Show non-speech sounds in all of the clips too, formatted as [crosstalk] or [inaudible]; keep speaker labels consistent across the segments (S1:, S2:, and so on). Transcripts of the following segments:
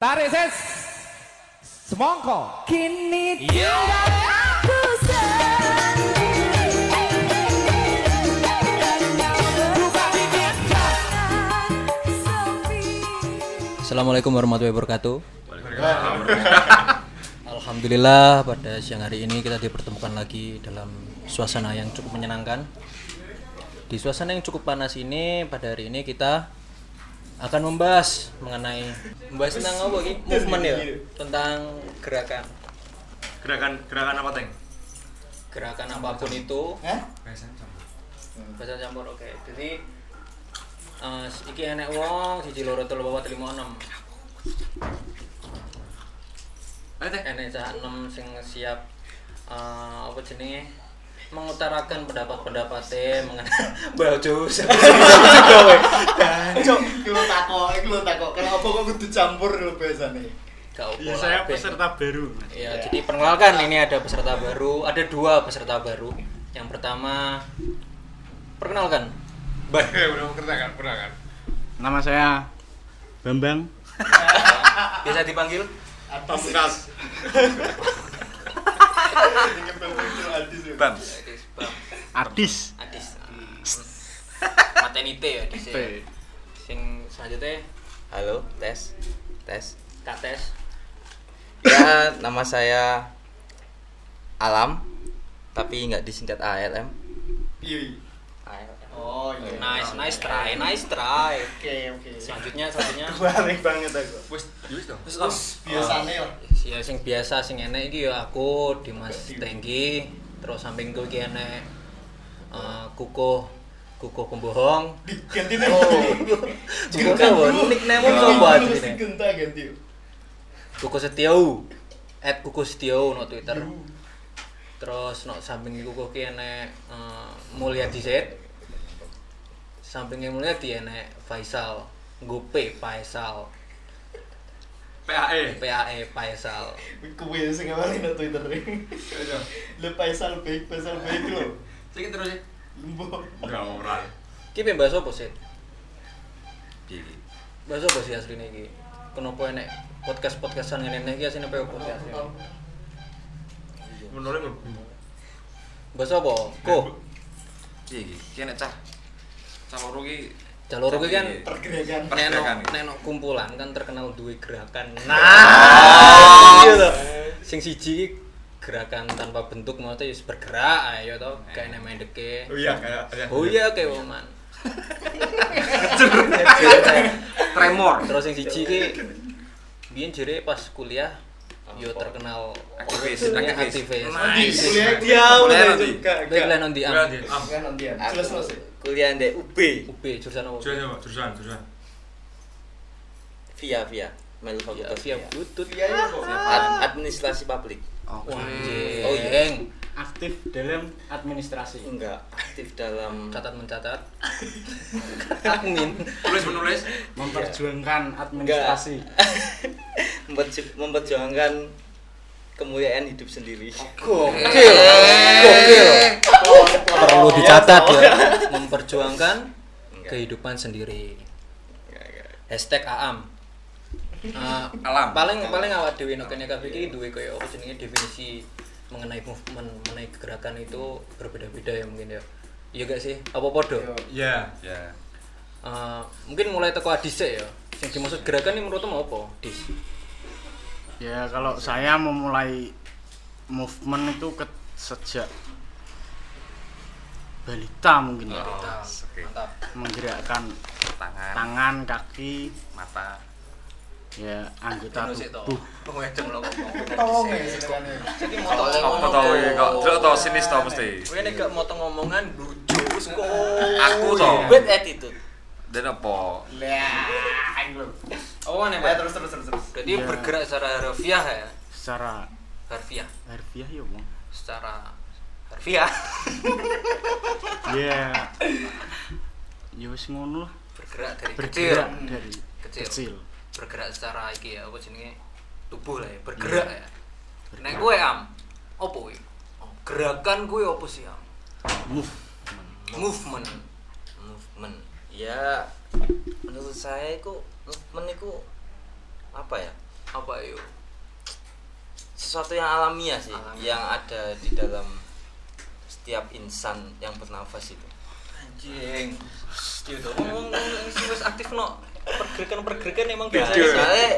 S1: Tarik ses. Semongko.
S2: Kini
S1: Iya.
S2: aku sendiri Sepi
S3: Assalamualaikum warahmatullahi wabarakatuh. Alhamdulillah pada siang hari ini kita dipertemukan lagi dalam suasana yang cukup menyenangkan. Di suasana yang cukup panas ini pada hari ini kita akan membahas mengenai membahas tentang apa Ki? Movement ya, tentang gerakan.
S4: gerakan gerakan apa teng
S3: Gerakan apapun itu Hmm,
S4: Biasanya campur.
S3: bahasa campur oke jadi eh iki enek wong siji loro telu papat lima enam enek cah enam sing siap eh apa jenenge mengutarakan pendapat-pendapatnya mengenai [laughs] bau jauh
S5: Cok, lu takok, iki lu takok. Kenapa kok kudu campur lu biasane?
S3: Gak opo
S4: Iya,
S3: lah,
S4: saya
S3: Ben.
S4: peserta baru
S3: Ya, jadi perkenalkan ini ada peserta baru, ada dua peserta baru. Yang pertama perkenalkan.
S6: Nama saya Bambang.
S3: Biasa dipanggil
S4: pamkas
S5: Ingat banget itu hadis ya.
S4: bam
S3: Adis. Bang.
S6: Adis.
S3: Adis.
S5: [laughs]
S3: Mateni T ya di sini. Sing selanjutnya
S7: Halo, tes. Tes.
S3: Kates.
S7: Ya, nama saya Alam, tapi nggak disingkat ALM.
S5: Iya.
S7: ALM.
S5: Oh, iya.
S3: Nice, nice try, nice try.
S5: Oke, oke.
S3: Selanjutnya selanjutnya
S5: Aneh banget aku.
S4: wes wes dong
S5: Biasane lah.
S3: ya sing biasa sing enek iki ya aku Dimas Tenggi terus samping gue iki enek eh, Kukuh Kukuh pembohong.
S5: Ganti nih. Oh.
S3: Kukuh apa? Nickname mu apa
S5: ini?
S3: jenenge?
S5: Genta ganti. yuk.
S3: Kukuh Setiu. At Kukuh Setiu no Twitter. Terus no samping Kukuh ki enek eh, Mulyadi Zaid. Sampingnya Mulyadi enek Faisal. Gope Faisal.
S7: E.
S4: PAE
S3: PAE Faisal.
S5: Kuwi sing ngawali nang Twitter. Lu Faisal baik, Faisal baik lo.
S4: sing terus ya
S5: Lembo.
S4: enggak
S7: Iya.
S4: ora
S3: Ki pengen bahas apa sih?
S7: Iya,
S3: Bahas apa sih asline iki? Kenapa enek podcast-podcastan ngene iki asline apa apa sih asline?
S4: menurut
S3: Bahas apa? Ko,
S7: Iya, kene cah. Cah loro ki Iya.
S3: jalur kuwi kan
S5: Pergerakan.
S3: nenok
S7: Pergerakan.
S4: gitu.
S3: nenok kumpulan kan terkenal duwe gerakan.
S4: Ah.
S3: Nah, iya
S4: Eh.
S3: toh. Sing siji ki gerakan tanpa bentuk maksudnya wis bergerak ayo to kayak nek mendeke.
S4: Eh. oh iya kayak kayak-
S3: Oh iya kayak woman. [laughs]
S7: tremor.
S3: ya. Terus yang siji ki biyen jere pas kuliah yo terkenal
S7: Aktivis,
S3: jenenge aktivis.
S7: aktivis.
S5: Nanti kuliah
S7: Kuliah
S5: dia
S7: nanti.
S3: Baik lan on di
S4: Nah, iya. Kuliah
S3: am.
S4: di am
S5: Kan nanti ya.
S7: Aku
S5: Jelas selesai.
S7: kuliah di UB
S3: UB jurusan apa?
S4: jurusan apa jurusan jurusan
S7: via via melu
S3: Ya,
S7: fakultas
S3: via
S7: via.
S3: butut.
S5: Iya, iya kok.
S7: Ad- administrasi publik.
S3: Wah,
S4: Hmm.
S7: Oh,
S3: oh
S7: iya.
S3: iya.
S6: Aktif dalam administrasi.
S7: Enggak aktif dalam
S3: Catat
S4: [laughs]
S3: mencatat. Admin.
S4: tulis menulis
S6: Memperjuangkan administrasi.
S7: memperju- memperjuangkan kemuliaan hidup sendiri.
S3: Gokil. Gokil. Perlu dicatat
S7: Iya,
S3: ya. Memperjuangkan kehidupan sendiri.
S7: Enggak, enggak. Ah,
S3: Hashtag AAM. Eh,
S7: Alam. Iya.
S3: paling paling awak dhewe nek kene kabeh iki duwe kaya apa jenenge definisi mengenai movement, mengenai gerakan itu berbeda-beda ya mungkin ya. Iya gak sih? Apa podo?
S4: ya
S7: Ya.
S3: Eh, mungkin mulai teko adis ya. Yang dimaksud gerakan ini menurutmu apa? Dis.
S6: Ya kalau saya memulai movement itu ke, sejak balita
S3: Oh.
S6: mungkin ya.
S7: Ah,
S3: Mantap.
S6: menggerakkan
S7: Tangan,
S6: tangan, kaki,
S7: mata.
S6: ya
S3: Anu
S6: anggota tubuh.
S5: Tolong ya sekarang.
S3: Jadi
S7: Apa
S3: motong
S7: tau iki kok? Delok tau sinis tau mesti.
S3: Kowe nek gak motong omongan lucu kok.
S7: Aku tau.
S3: Bad attitude.
S7: Dan apa?
S5: Lah, ini lo.
S3: Oh, nek
S5: Ya terus terus terus terus.
S3: Jadi
S6: Iya.
S3: bergerak secara harfiah ya.
S6: Secara
S3: Harfiah.
S6: harfiah ya, Bang.
S3: Secara harfiah
S6: Ya. Ya wis ngono lah.
S3: bergerak dari kecil. Hmm.
S6: Bergerak dari
S3: Kecil.
S6: kecil.
S3: Bergerak secara iki ya apa jenenge? Tubuh lah ya, bergerak ya. Nek kowe am opo kowe? Gerakan kowe opo sih am?
S6: Move.
S3: Movement.
S7: movement ya menurut saya itu movement itu apa ya
S4: apa yuk
S3: sesuatu yang alamiah sih
S4: Alamiah.
S3: yang ada di dalam setiap insan yang bernafas itu
S4: anjing
S3: ngomong sih wis aktif no
S8: pergerakan pergerakan emang
S3: Nah,
S8: biasa
S3: soalnya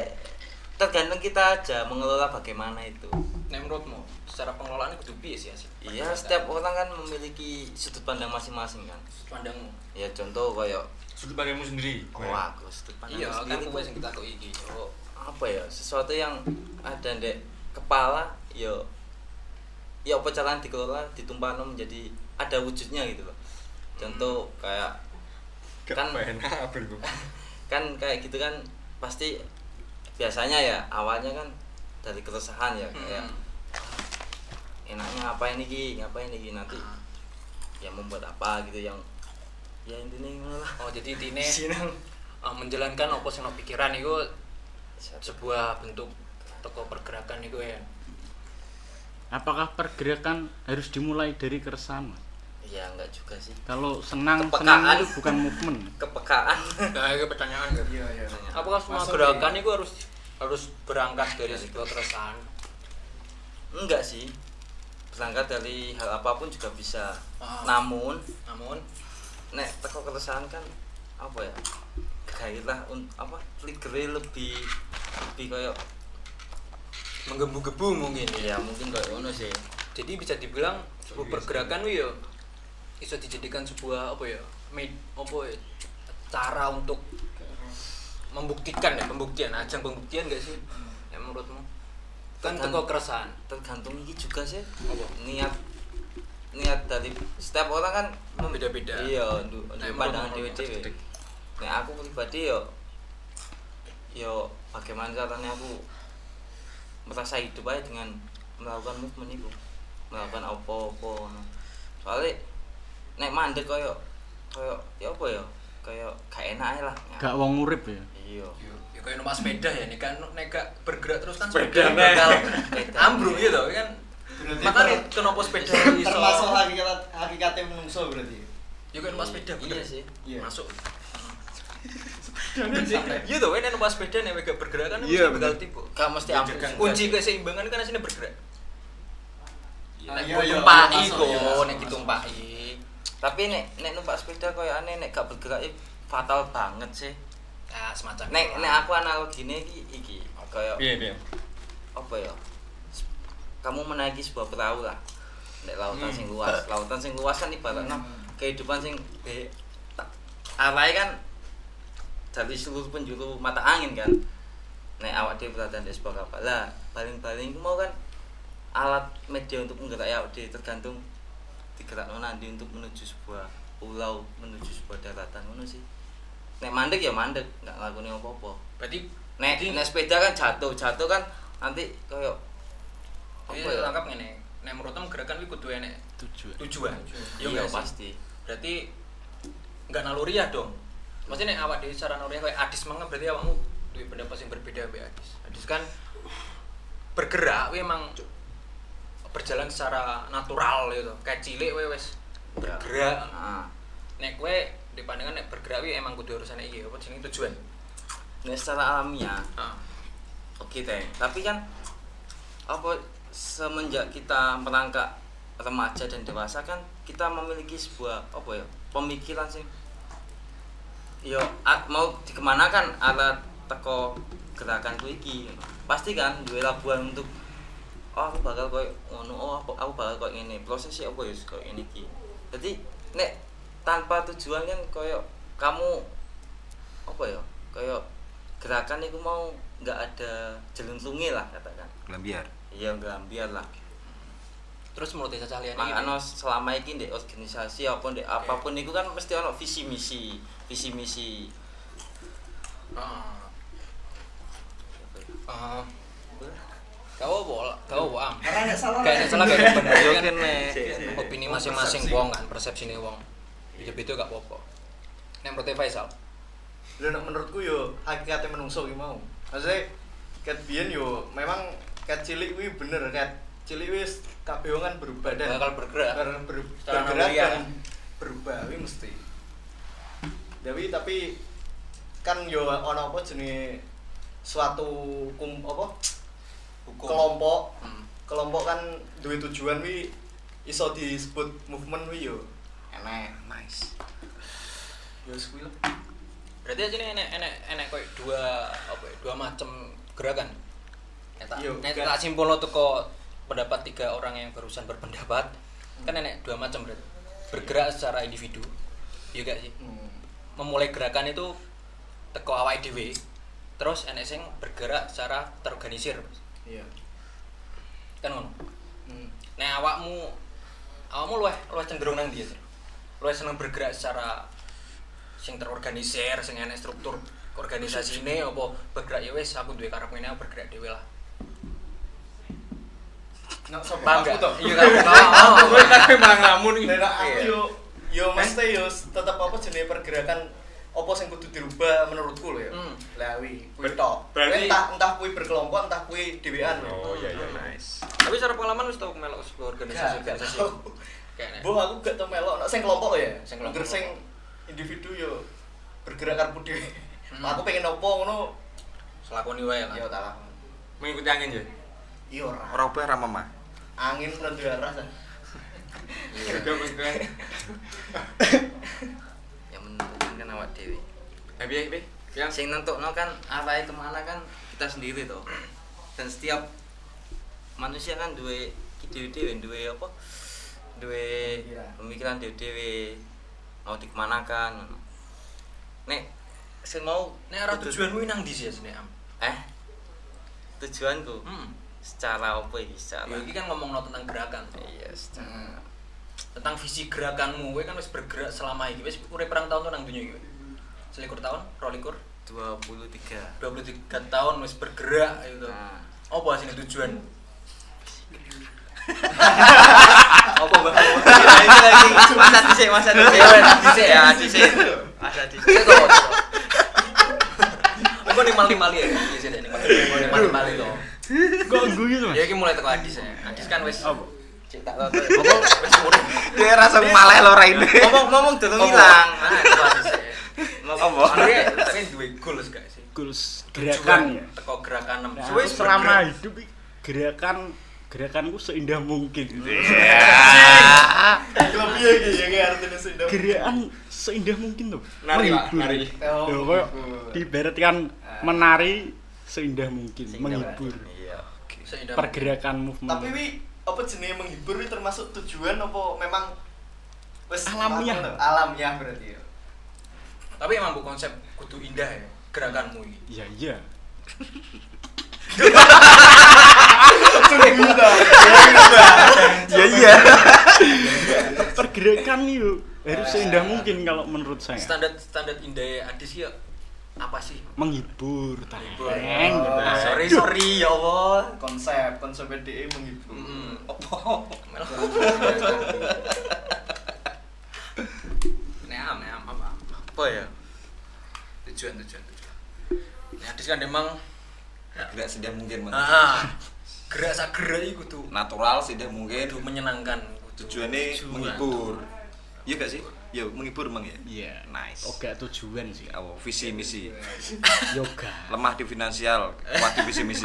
S3: tergantung kita aja mengelola bagaimana itu
S4: nek menurutmu secara pengelolaan itu bias ya sih
S3: iya setiap orang kan memiliki sudut pandang masing-masing kan
S4: pandangmu
S3: ya contoh kayak
S9: Sudut pandangmu sendiri.
S3: oh aku sudut pandang
S4: iya kan
S3: sendiri
S4: kowe
S3: tuh
S4: sing ditakok iki yo
S3: apa ya sesuatu yang ada di kepala ya ya apa caranya dikelola ditumpah menjadi ada wujudnya gitu loh contoh
S4: Hmm.
S3: kayak
S9: Kan
S3: Kan-
S9: enak abel gue.
S3: kan kayak gitu kan pasti biasanya ya awalnya kan dari keresahan ya kayak
S4: Hmm.
S3: enaknya ngapain iki ngapain iki nanti
S4: Ah.
S3: ya membuat apa gitu yang ya intinya ngono lah
S4: oh jadi
S3: [laughs]
S4: intine
S3: Sinang.
S4: eh, menjalankan apa sing ono pikiran iku sebuah bentuk toko pergerakan iku ya
S6: Apakah pergerakan harus dimulai dari keresahan? Mas?
S3: ya enggak juga sih
S6: Kalau senang,
S3: Kepekaan.
S6: senang itu bukan movement.
S3: kepekaan
S4: nah itu pertanyaan kan
S5: Iya, iya.
S4: apakah semua
S5: Masuk
S4: gerakan
S5: ya.
S4: itu harus harus berangkat dari sebuah keresahan
S3: Iya, enggak sih berangkat dari hal apapun juga bisa
S4: Ah.
S3: namun
S4: namun
S3: nek teko keresahan kan apa ya gairah un- apa trigger lebih lebih kayak
S4: menggebu-gebu mungkin
S3: ya mungkin kayak ono sih
S4: jadi bisa dibilang sebuah pergerakan itu ya bisa dijadikan sebuah apa ya med apa ya, cara untuk membuktikan ya pembuktian ajang pembuktian gak sih ya, menurutmu kan
S3: Kan-
S4: teko keresahan
S3: tergantung ini juga sih
S4: Apa?
S3: niat niat dari setiap orang kan mem-
S4: Beda-beda.
S3: iya untuk
S4: Nah, emang
S3: pandangan
S4: orang-
S3: dewi dewi
S4: orang-
S3: nah aku pribadi yo yo bagaimana caranya aku merasa hidup aja dengan melakukan movement itu melakukan apa apa soalnya nek mandek koyo koyo ya apa ya koyo gak enak aja lah
S6: Gak wong urip ya.
S3: iya
S4: ya kayak numpak sepeda ya nih kan nek gak bergerak terus kan
S3: Sepeda
S4: sepeda
S3: bakal
S4: bakal
S3: beda.
S4: [laughs] ambruk gitu kan
S5: Berarti
S4: makanya
S5: ter-
S4: kenapa sepeda iso
S5: Termasuk hakikat hakikatnya menungso berarti.
S4: ya kayak numpak sepeda bener
S3: iya sih
S5: Iya.
S4: masuk Iya tuh, ini numpak sepeda nih, gak bergerak kan
S9: Iya,
S4: mesti bakal tipu.
S3: gak mesti ampuh
S9: Jaga-
S4: Kunci keseimbangan kan aslinya bergerak.
S5: Iya,
S4: Nek
S5: iya,
S4: gue
S5: iya,
S4: tumpaki
S5: masuk, iya,
S4: kok,
S5: masuk,
S4: nek
S5: masuk.
S4: ditumpaki.
S3: tapi nek nek numpak sepeda koyo aneh nek gak bergerak eh, fatal banget sih
S4: Ya semacam
S3: nek
S4: itu.
S3: nek aku analogine iki iki koyo
S9: Iya, iya.
S3: apa ya s- kamu menaiki sebuah perahu lah nek lautan sing luas lautan sing luas kan ibaratnya kehidupan sing be ta- arahnya kan dari seluruh penjuru mata angin kan nek awak dhewe berada di sebuah kapal lah paling-paling mau kan alat media untuk menggerak awak dhewe tergantung digerak nanti untuk menuju sebuah pulau menuju sebuah daratan ngono sih nek mandek ya mandek nggak ngelakuin apa-apa
S4: berarti
S3: nek
S4: Jadi-
S3: nek sepeda kan jatuh jatuh kan nanti koyo apa
S4: ini
S3: ya
S4: lengkap ngene. Nek menurut kamu gerakan kuwi kudu enek
S6: Tujuan.
S4: tujuan.
S3: iya
S4: nggak sih?
S3: pasti
S4: Berarti enggak naluriah dong. Maksudnya nek awak dhewe secara naluriah kayak Adis mangga berarti awakmu duwe pendapat yang berbeda mbek Adis. Adis kan bergerak kuwi emang berjalan secara natural gitu. Kayak cilik kowe wis
S3: Ya.
S4: bergerak.
S3: nah
S4: Nek kowe di pandangan nek bergerak kuwi emang kudu urusan iki apa jenenge tujuan. Ah.
S3: nek secara alamiah
S4: Heeh.
S3: oke teh tapi kan apa semenjak kita merangkak remaja dan dewasa kan kita memiliki sebuah apa ya pemikiran sih yo a- mau dikemanakan alat teko gerakan ku iki pasti kan duwe labuhan untuk oh aku bakal koyo ngono oh aku, aku bakal koyo ngene prosesnya apa ya koyo ngene iki jadi nek tanpa tujuan kan koyo kamu apa ya koyo gerakan itu mau nggak ada jeluntungi lah katakan
S4: Lambiar.
S3: iya gelambiar lah
S4: Terus menurut Desa Cahlian ini
S3: makanya selama ini di organisasi apa di apapun itu kan mesti ono visi misi visi misi
S4: Heeh.
S3: ya?
S4: Heeh. Kau bola, kau bola.
S5: Karena nek salah. Iya,
S4: Kayak salah kayak bener
S3: Yo
S4: kan.
S3: kene.
S4: Opini masing-masing wong kan, persepsi nih wong. Beda-beda gak apa-apa. Nek menurut Faisal,
S5: Lha nek menurutku yo hakikate menungso ki mau. Maksudnya ket biyen yo memang ket cilik kuwi bener ket cilik wis kabeh wong kan berubah dan
S4: bakal bergerak.
S5: ber, ber,
S4: Secara
S5: bergerak
S4: naluriah.
S5: dan berubah kuwi mesti. Tapi tapi kan yo ana apa jenenge suatu kum apa kelompok kan duwe tujuan wi iso disebut movement wi yo enak nice yo sekuwi lah
S3: Berarti aja nih enek enek enek koyo dua apa ya, dua macam gerakan. Eta
S5: Yo,
S3: nek
S5: kan.
S3: tak simpulno teko pendapat tiga orang yang barusan berpendapat kan enek dua macam berarti. Bergerak secara individu. Iya gak sih?
S5: hmm.
S3: Memulai gerakan itu teko awake dhewe. Terus enek sing bergerak secara terorganisir.
S5: iya
S3: Kan ngono.
S5: hmm.
S3: Nek awakmu awakmu luwih luwih cenderung nang dia. Luwih seneng bergerak secara sing terorganisir, sing enek struktur organisasine apa bergerak ya wis aku duwe karep ngene aku bergerak dhewe lah.
S5: nak sapa
S3: Paham gak?
S5: aku toh?
S3: [laughs] Iya kan. Oh, Paham.
S10: Aku kan malah ngelamun iki.
S5: Nah, nah, aku
S3: Iya.
S5: yo yo mesti yo tetep apa jenenge pergerakan apa sing kudu dirubah menurutku lho ya.
S3: Hmm.
S5: Lah kuwi kuwi
S10: Ber-
S5: tok.
S10: berarti-
S5: Kuwi entah entah kuwi berkelompok entah kuwi dhewean.
S10: Oh iya iya nice.
S3: Tapi secara pengalaman wis tau melok sebuah organisasi
S5: Gak, gak
S3: organisasi.
S5: tau.
S3: Kayaknya.
S5: Boh aku gak tau melok nek sing kelompok ya.
S3: Sing
S5: Sing
S3: kelompok.
S5: kelompok sing individu yo bergerak karepku dhewe.
S3: Hmm. Nah.
S5: Aku pengen opo ngono
S3: Selakoni wae
S5: yo
S3: lah.
S5: tak lakon.
S10: Mengikuti angin ya.
S5: Iya ora.
S10: Robeh ra mama.
S5: Angin menentu arah. San.
S3: Hmm.
S10: Juga mengikuti.
S7: [laughs] yang menentukan kan awak dewi
S3: Eh,
S10: Tapi ya, Bi, yang
S7: sing nentokno kan arahnya kemana kan kita sendiri toh dan setiap manusia kan duwe ide dewe duwe apa duwe
S5: Pemikiran.
S7: pemikiran dewe dewe mau dikemanakan nek sing mau
S3: Nek arah
S7: kudu-
S3: tujuanmu nang ndi sih asline am?
S7: eh tujuanku
S3: Hmm.
S7: secara apa iki secara
S3: Ya iki kan ngomongno tentang gerakan. Hmm.
S7: iya secara
S3: Tentang visi gerakanmu, kowe kan wis bergerak selama iki wis urip perang tahun tuh nang dunia iki. Selikur tahun, rolikur,
S7: 23
S3: 23 tahun wis bergerak gitu.
S7: nah
S3: Apa sih tujuan? Apa mbak?
S7: masa dhisik masa dhisik
S3: Dhisik.
S7: ya dhisik masa dhisik
S3: Aku nih mali mali ya, iya sih nih mali mali tuh.
S6: Kok guyu tuh,
S3: Ya ini mulai teko Adis ya. Adis kan wis
S6: Apa?
S3: cek tak tahu wis urip.
S10: dia rasa malah lo ini.
S7: ngomong ngomong dulu ngilang
S3: Nah, teko Adis ya.
S7: ngomong
S3: Tapi tapi duwe goals gak sih?
S6: Goals gerakan ya.
S3: Teko gerakan
S7: Nah,
S3: 6.
S6: Aku selama hidup iki, gerakan gerakanku seindah mungkin.
S5: Lho piye iki ya ki artine sindang.
S6: Gerakan seindah mungkin tuh.
S10: Nari, Pak,
S6: Menghibur.
S10: nari.
S5: Oh,
S6: Loh, koyo
S5: menghibur.
S6: diibaratkan menari seindah mungkin, menghibur.
S7: iya
S3: seindah mungkin.
S6: Pergerakan movement.
S5: Tapi wi apa jenenge menghibur wi termasuk tujuan apa memang wis
S6: Alamiah.
S5: lakon lho? Alamiah berarti ya.
S3: Tapi emang bu konsep kudu indah ya gerakanmu iki.
S6: Iya, iya.
S10: Iya iya.
S6: Pergerakan yuk harus seindah mungkin kalau menurut saya.
S3: Standar standar indah Adis ya apa sih?
S6: Menghibur,
S3: Menghibur.
S6: tayang.
S5: Oh,
S3: Sorry sorry ya Allah.
S5: konsep konsep DE menghibur
S3: Mm-mm. Neam, neam, apa?
S7: apa ya
S3: Tujuan, tujuan, tujuan. Ini hadis kan emang
S4: Gerak sedah mungkin, Mas.
S3: ah, gerak sagera itu kudu
S4: Natural sedah mungkin.
S3: kudu menyenangkan. kudu
S4: Tujuannya
S3: tujuan.
S4: menghibur. Iya gak sih? Ya menghibur mang ya.
S6: Iya.
S4: Nice.
S6: Oke, tujuan sih.
S4: Oh, visi [laughs] misi.
S6: Yoga.
S4: Lemah di finansial, kuat di visi [laughs] misi.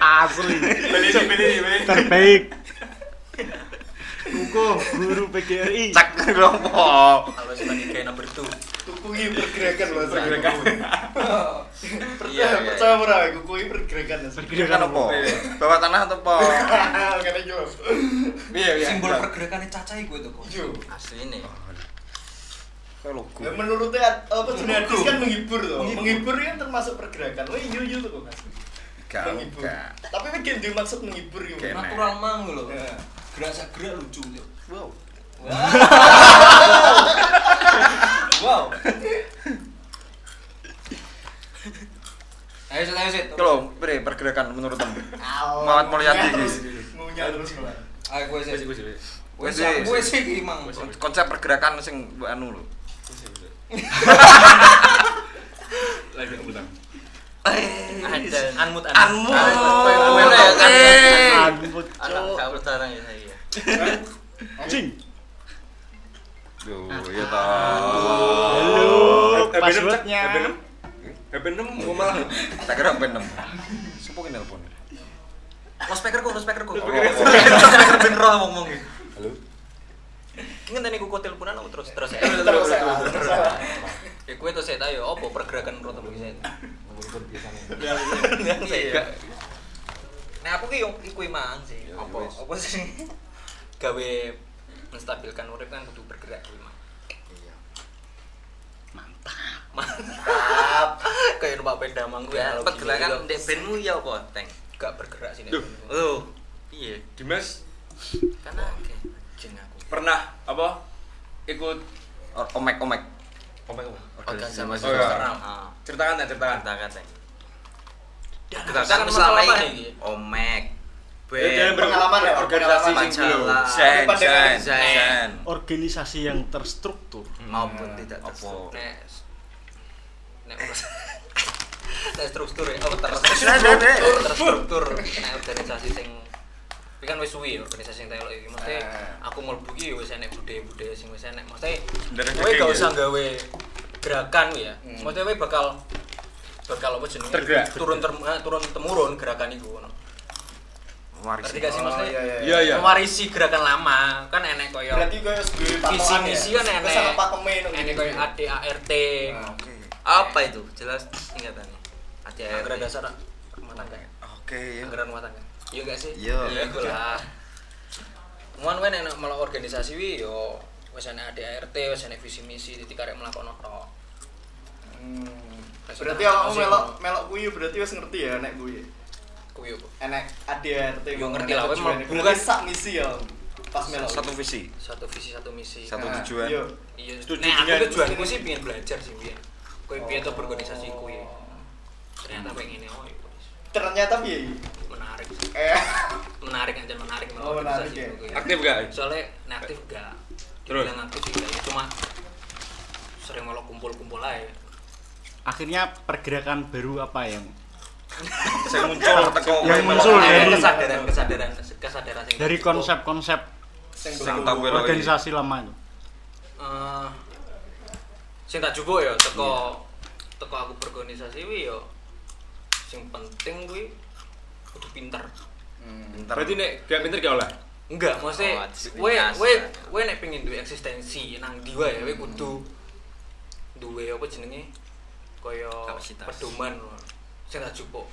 S6: Asli.
S10: Beli ini, beli ini, beli. ini.
S6: Terbaik. Kuko, guru PGRI.
S4: Cak kelompok.
S3: Kalau sebagai kayak nomor tuh,
S5: kuku ini pergerakan mas
S10: Pergerakan.
S5: [laughs] percaya percaya ora kuku ini pergerakan mas
S4: Kan apa? Bawa tanah atau apa?
S5: [laughs] karena yo
S10: Iya iya.
S3: simbol pergerakannya cacai gue tuh kok.
S5: yo
S7: asli ini
S4: Kayak logo.
S5: ya menurutnya apa jenis hadis kan menghibur loh menghibur ini kan termasuk pergerakan lo yo yo tuh mas
S4: Gak,
S5: menghibur
S4: gak.
S5: tapi kan dia maksud menghibur gitu
S4: Kayak
S3: Natural mang loh.
S5: Ya.
S3: Gerak sagera lucu loh.
S4: Wow.
S3: Wow. Ayo, Sid, ayo, Sid.
S4: Kalau bre pergerakan menurut temen.
S5: Alah,
S4: Muhammad Mulyadi
S5: ngunyah terus.
S4: iki.
S5: ngunyah terus Mas.
S3: Ayo, gue sih.
S10: Gue sih, gue sih.
S3: Gue
S4: Gue
S3: sih,
S4: sih.
S3: gue sih, iki, mang.
S4: Konsep pergerakan sing anu lho.
S10: Lagi utang.
S7: ada
S3: Anmut,
S4: Anmu.
S7: Anu.
S4: anu ya,
S7: Anmu.
S4: Eh.
S6: Ampun,
S7: anak kau tarang ya saya
S6: cing.
S4: Duh,
S7: iya
S4: ya toh.
S6: Halo,
S10: HP 6 cek.
S6: passwordnya.
S10: HP 6. HP 6 gua malah.
S4: Tak kira ben 6. Sopo ki nelpon?
S3: Prospeker kok, prospeker kok.
S4: Prospeker.
S3: Prospeker ben roh ngomong iki.
S4: Halo.
S3: Ki ngenteni ku kotil punan aku terus terus.
S5: Terus ya.
S3: Ya kowe terus eta yo opo pergerakan roh temu iki.
S4: Gak.
S3: Iya, Nah aku ki yo iku mang sih.
S4: Ya,
S3: Apa
S4: wis.
S3: apa sih? Gawe menstabilkan urip kan kudu bergerak kuwi mang.
S4: Iya.
S3: Mantap. Mantap. Kayak numpak peda mang kuwi
S7: Ya,
S3: analogi
S7: pergerakan
S3: ini.
S7: ndek benmu ya apa, Teng?
S3: gak bergerak sini.
S10: Duh.
S7: Loh,
S3: Iya.
S10: Dimas
S7: karena akeh jeng aku.
S10: pernah apa ikut
S4: Or- Omek omek.
S7: Organisasi
S4: mahasiswa.
S7: mahasiswa.
S10: Oh, iya.
S7: Seram. Ah,
S10: ceritakan ya ceritakan
S7: Katakan, Teng.
S3: Dalam
S7: Gerakan
S3: masalah
S7: selama
S3: apa
S7: ini
S3: nih?
S7: kan omek.
S10: Ya, jangan
S7: Ben,
S5: ber- Pengalaman ya,
S10: berorganisasi
S5: pengalaman.
S10: sing belum.
S7: majalah,
S4: Zen
S5: pandangan
S4: zen
S7: Zen.
S4: zen.
S6: organisasi yang terstruktur
S7: Hmm. maupun tidak
S4: Apa?
S7: terstruktur.
S3: Nek nek urus- [laughs] nek struktur ya, oh ter-
S4: Zen, zen.
S3: terstruktur nek organisasi sing tapi kan wis suwi ya, organisasi sing tak elok iki mesti
S7: Eh.
S3: aku mlebu iki ya wis enek budaya-budaya sing wis enek mesti
S4: Dari
S3: kowe
S4: gede
S3: gak
S4: ya.
S3: usah gawe gerakan kuwi ya mesti kowe bakal bakal apa jenenge
S10: Hmm. Tergerak.
S3: turun ter- eh, turun temurun gerakan iku ngono
S4: Mari
S3: ngerti
S4: sini.
S3: gak sih maksudnya
S5: iya, iya,
S10: Oh, iya iya
S3: mewarisi gerakan lama kan enek koyo
S5: Berarti kau harus duwe
S3: visi
S5: patokan ya.
S3: misi kan enek
S5: Wis ana pakeme nang
S3: enek
S5: ngene.
S3: koyo ADART
S10: Hmm.
S4: Oke.
S7: Apa itu? Jelas ingatannya. Ada
S3: anggaran dasar rumah tangga
S4: Oke. ya.
S3: anggaran rumah tangga iya gak sih
S4: Iya.
S3: iya iku lah cuman kowe nek malah organisasi wi yo wis enek ADART wis enek visi misi titik karek melakono tok
S5: Hmm.
S3: Kasih
S5: Berarti
S3: tangan
S5: awakmu
S3: sih.
S5: melok melok kuwi berarti wis ngerti ya nek kuwi.
S3: kuwi yo
S5: Enek ADRT.
S3: Yo, ngerti lah, wes
S5: Tujuannya.
S3: mlebu
S5: Berarti
S3: kan.
S5: sak misi ya. Pas melok.
S4: Satu visi.
S3: satu visi satu misi
S4: Satu
S5: Nah,
S4: tujuan.
S5: Iya.
S3: iya
S10: Setuju
S3: nek
S10: dengan-
S3: aku tujuanku sih pengen belajar sih biyen kowe piye to berorganisasi kuwi ternyata pengen oh iya, wis.
S5: Ternyata piye iki?
S3: menarik
S5: Eh.
S3: menarik aja menarik
S5: Oh, menarik ya.
S3: organisasi
S10: aktif gak
S3: soalnya nek aktif enggak
S10: Terus?
S3: dibilang aktif enggak ya cuma sering malah kumpul-kumpul aja
S6: akhirnya pergerakan baru apa ya
S4: Saya muncul teko
S6: Yang
S4: kowe
S6: muncul
S4: melok.
S6: dari-
S3: kesadaran kesadaran kesadaran sing
S6: dari konsep-konsep
S5: Sing
S4: Sing
S5: berhubung.
S4: tahu elok.
S6: organisasi lama itu
S3: Eh, sing tak jupuk ya teko teko aku berorganisasi kuwi ya sing penting kuwi kudu pinter
S4: Bentar.
S10: berarti nek gak pinter gak olah
S3: enggak maksudnya
S7: Oh, disiplin
S3: we
S7: kasar.
S3: we we nek pengen duwe eksistensi nang diwa ya
S7: Hmm.
S3: we kudu duwe apa jenenge kaya
S7: Kapasitas.
S3: pedoman sing tak jupuk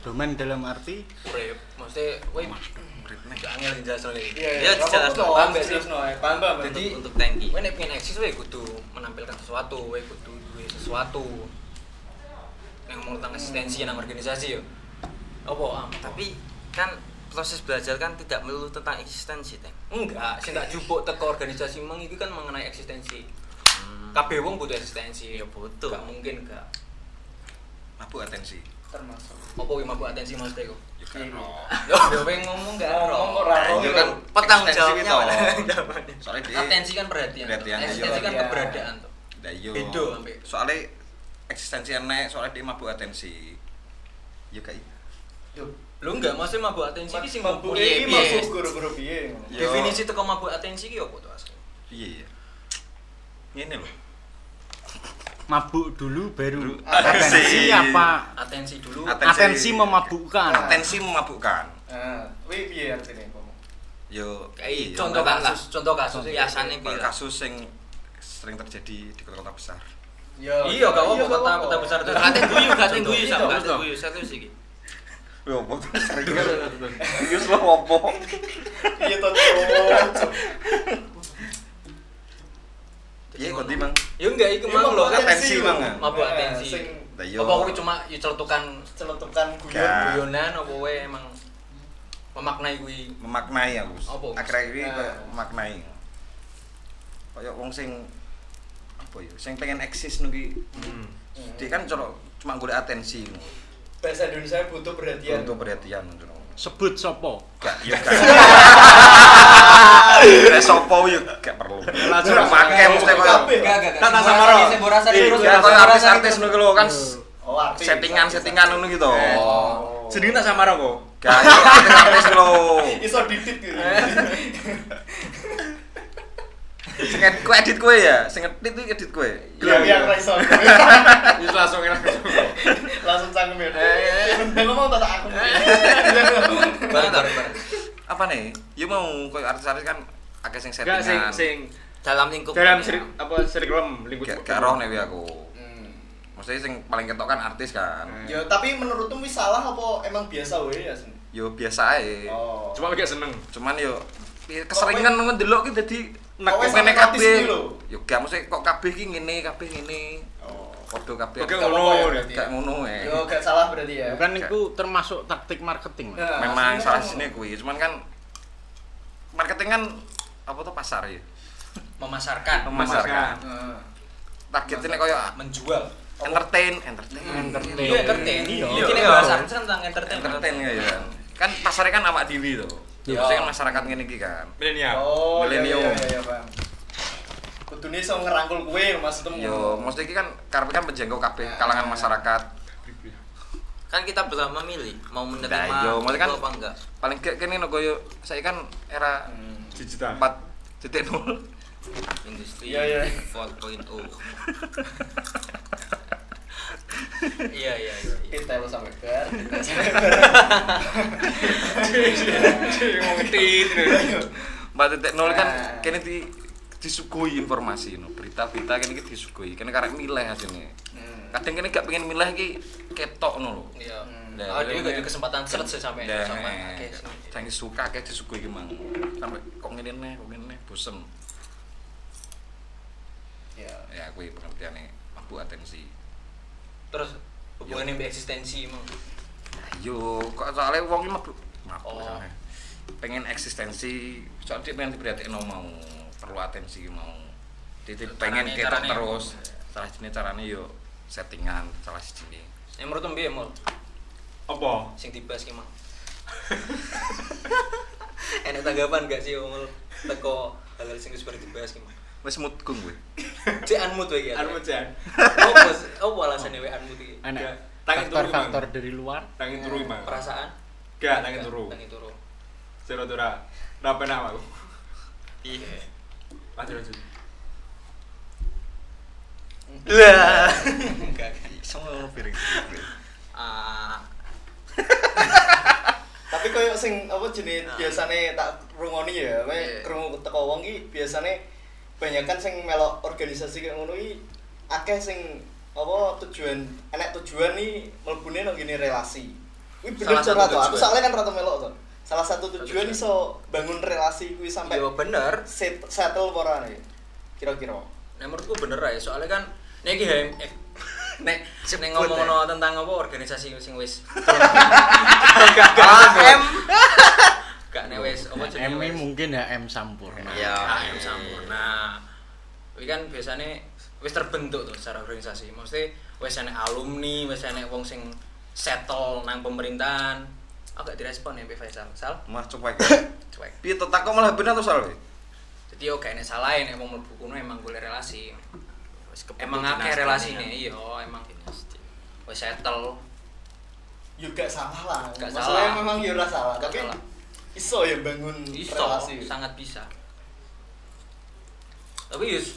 S6: Pedoman dalam arti
S3: urip maksudnya we angel jelasno iki
S5: [laughs] Iya, iya.
S7: Ya,
S5: Gak apa-apa
S7: jelas.
S5: toh,
S3: Paham gak sih?
S5: serius, no, eh. Paham, paham, paham.
S7: Jadi untuk tanki.
S3: Kowe nek pengen eksis kowe kudu menampilkan sesuatu, kowe kudu duwe sesuatu. Nek ngomong tentang eksistensi nang organisasi yo. Apa am?
S7: Tapi kan proses belajar kan tidak melulu tentang eksistensi, Teng.
S3: enggak, sing tak jupuk teko organisasi meng iki kan mengenai eksistensi. Kabeh wong butuh eksistensi.
S7: Ya, butuh.
S3: Gak mungkin gak.
S4: Mabuk atensi.
S5: termasuk.
S3: Apa kowe mabuk atensi Mas Teko?
S4: Ya kan. no.
S3: Yo kowe ngomong gak ro.
S5: Ngomong
S4: Nah,
S5: ora roh.
S4: iya kan
S7: Petang
S4: ekstensi
S7: jawabnya
S4: toh.
S7: mana?
S4: Soalnya dia
S3: Atensi kan perhatian. tuh.
S4: Perhatian, iya.
S3: Eksistensi kan
S5: Iya.
S3: keberadaan tuh.
S4: Nah, iya.
S3: Beda ambek-
S4: Soalnya eksistensi enek, soalnya dia mabuk atensi. Ya kayak
S5: Yo.
S3: Lu enggak maksudnya mabuk atensi
S5: Mab-
S3: iki sing
S5: mabuk
S3: Piye,
S5: iki
S3: piye?
S5: masuk guru-guru piye?
S4: Yo.
S3: Definisi teko mabuk atensi iki apa tuh asli?
S4: Iya, iya. Ini loh.
S6: mabuk dulu baru
S4: Atensi.
S6: atensi apa
S3: Atensi dulu.
S4: Iya. Atensi.
S6: atensi memabukkan
S4: Atensi memabukkan.
S5: Nah, kuwi piye artine? Pomo?
S4: Yo,
S7: Kayak
S4: iya.
S3: contoh
S7: Contohan
S3: kasus, contoh kasus
S4: Kayak
S7: Biasane pira?
S4: kasus yang sering terjadi di kota-kota besar.
S5: Yo.
S3: Iya, gak apa-apa
S5: Iya, gak
S3: kota
S5: apa-apa.
S3: kota
S5: [laughs]
S3: besar itu.
S7: Kate guyu, kate guyu
S5: Contoh.
S7: sak kate guyu serius iki.
S4: Yo, apa tuh?
S3: [laughs]
S4: serius? Serius lo apa?
S5: Iya toh. cowok.
S4: Iya, kok di, mang.
S3: Ya enggak iku mang lho
S5: Iya,
S3: kan
S4: atensi,
S5: yo.
S4: Mang.
S3: mabuk
S5: Eh,
S3: atensi.
S5: sing
S4: Nah, yo.
S3: Apa kuwi cuma ya celetukan
S5: celetukan guyon.
S4: Gak.
S3: guyonan apa wae emang memaknai kuwi.
S4: memaknai aku.
S3: Apa?
S4: Akhir-akhir ini
S5: Nah.
S4: kayak memaknai. Kayak wong sing apa ya? Sing pengen eksis nugi. Dia kan coro- cuma golek atensi.
S5: Bahasa Indonesia butuh perhatian.
S4: Untuk perhatian coro.
S6: sebut sopo
S4: Gak, yo gak. Nek sopo yo gak perlu.
S5: Langsung
S4: Langsung pakai mesti koyo.
S5: Kabeh.
S3: Tata sama ro. Sing borasa terus.
S4: Ya koyo artis-artis nugi lho kan
S5: Oh, artis.
S4: settingan-settingan ngono gitu.
S5: Oh.
S10: jadi tak sama kok
S4: Gak iya, yo
S5: Eh.
S4: artis lho.
S5: Iso didit gitu.
S4: Sing ed- kowe edit kowe ya, sing edit iki edit kowe.
S5: [laughs] Iya, iya, ora [laughs] iso.
S10: Wis langsung langsung.
S5: Langsung cangkem ya. Eh, ngomong tak tak aku.
S7: bareng bareng bareng.
S4: Apa nih? Ya mau koyo artis-artis kan akeh sing
S10: Enggak sing
S4: settingan.
S10: sing
S7: dalam lingkup
S10: dalam
S7: ini,
S10: seri,
S7: ya.
S10: apa serikulum lingkup.
S4: Gak gak roh nih wi aku. Maksudnya sing paling ketok kan artis kan.
S10: Hmm.
S5: Hmm. Yo, tapi menurutmu wis salah apa emang biasa wae ya, Sen?
S4: Yo biasa ae.
S5: Oh.
S10: Cuma lagi seneng.
S4: Cuman yo ya keseringan ngono delok ki dadi nek
S5: Kok wis
S4: ngene
S5: Oh, artis
S4: kabeh.
S5: iki lho?
S4: Yo gak mesti kok kabeh ki ngene, kabeh ngene.
S5: Oh.
S4: Podo kabeh.
S10: Oke,
S5: Gak apa-apa ya,
S10: ngono.
S5: berarti.
S4: Gak ngono ya.
S5: Yo, gak salah berarti ya.
S6: Kan itu termasuk taktik marketing. Mas.
S5: Nah,
S4: memang
S5: aslinya
S4: salah
S5: kan
S4: sini kuwi cuman kan marketing kan apa tuh pasar ya
S3: memasarkan
S4: memasarkan
S5: Heeh.
S4: targetnya nek koyo
S3: menjual
S4: entertain entertain entertain
S3: iya entertain iya
S7: Iya.
S3: ini bahasa Inggris tentang entertain
S4: entertain ya ya. kan pasarnya kan awak dhewe to Maksudnya kan masyarakat ngene iki kan
S10: Milenial.
S5: Oh, iya,
S4: Millennium.
S5: iya, iya, iya, Bang. Kudune iso ngerangkul kowe maksudmu.
S4: yo maksudnya iki kan karepe kan menjangkau kabeh kalangan masyarakat
S7: kan kita bisa memilih mau menerima
S4: Nah, iya, maksudnya
S7: itu
S4: kan-
S7: apa enggak
S4: paling gak kene nek koyo saya kan era
S10: Digital.
S4: 4.0
S7: industri
S5: Iya, iya.
S7: 4.0
S3: oh.
S5: [laughs]
S3: iya iya iya
S5: Kita lo sampai ber.
S10: Ngerti.
S4: 4.0 kan
S5: Nah.
S4: kene di disuguhi informasi no berita-berita kene iki disuguhi kene karek milih hasilnya kadang kene gak pengen milih iki ketok no lho
S3: iya
S4: Nah,
S3: aku juga
S4: iya.
S3: ada kesempatan search sih sampai
S4: Nah,
S3: sama oke
S4: eh, jangan suka kayak disuguhi iki mang sampai kok ngene neh kok ngene neh bosen
S5: Ya.
S4: ya aku pengertiane mabuk atensi
S3: terus hubungannya dengan eksistensi emang
S4: ayo kok soalnya wong iki mabuk mabuk
S3: Oh.
S4: soalnya. pengen eksistensi soalnya dia pengen diperhatiin no mau perlu atensi mau dia dia pengen
S3: Caranya-
S4: ketok
S3: caranya.
S4: terus salah jenis caranya yo settingan salah jenis
S3: yang Eh, menurut mbak ya, mul
S10: Apa?
S3: sing dibahas
S5: [laughs]
S3: emang enak tanggapan gak sih mul teko hal-hal sing wis baru dibahas
S5: [laughs]
S3: emang
S4: wes mutgung gue
S3: cek anmut ya
S10: Anu jan.
S3: oh bos oh alasannya we anmut iki
S6: Enak.
S10: Tangan turu, Bang.
S6: Faktor-faktor dari luar.
S10: Tangan turu mang.
S3: perasaan
S10: Gak tangan turu.
S3: tangi turu
S10: Zero tura. Rapen aku.
S3: iya
S10: Lanjut lanjut.
S3: enggak
S4: semua piring
S3: ah
S5: Tapi koyo sing apa jenis biasane tak rungoni ya, kowe
S3: Iya.
S5: krungu teko wong iki biasane banyakan sing melok organisasi kayak ngono iki akeh sing apa tujuan enek tujuan nih melebune nang gini relasi. Kuwi bener
S3: Salah satu
S5: cara to. Aku
S3: tujuan.
S5: soalnya kan rata melok to. Salah satu tujuan
S3: tujuan.
S5: iso bangun relasi kuwi sampai
S3: iya bener
S5: set- settle ora nih. Kira-kira.
S3: Nah, menurutku bener aja soalnya kan nek iki HM eh, [laughs] nek nek ngomongno tentang apa organisasi sing [laughs] wis HM gak nek wis apa
S6: Nah, M
S3: jenenge wis
S6: mungkin ya M Sampurna.
S3: ya HM sampurna iki kan biasanya wis terbentuk tuh secara organisasi mesti wis enek alumni wis enek wong sing settle nang pemerintahan aku gak direspon ya Mbak Faisal Sal
S4: mah cuek
S3: cuek
S4: [coughs] piye to takok malah benar to soalnya
S3: jadi yo gak enek salah nek wong mlebu kuno emang golek relasi
S7: Wes kepeduk
S3: emang akeh
S7: dinasti
S3: relasinya
S7: ini.
S3: iya emang wis settle
S5: Ya gak salah lah.
S3: Gak
S5: Masalahnya
S3: salah.
S5: memang ya ora salah,
S3: Gak
S5: tapi
S3: salah.
S5: iso ya bangun
S3: iso
S5: relasi.
S3: sangat bisa tapi yus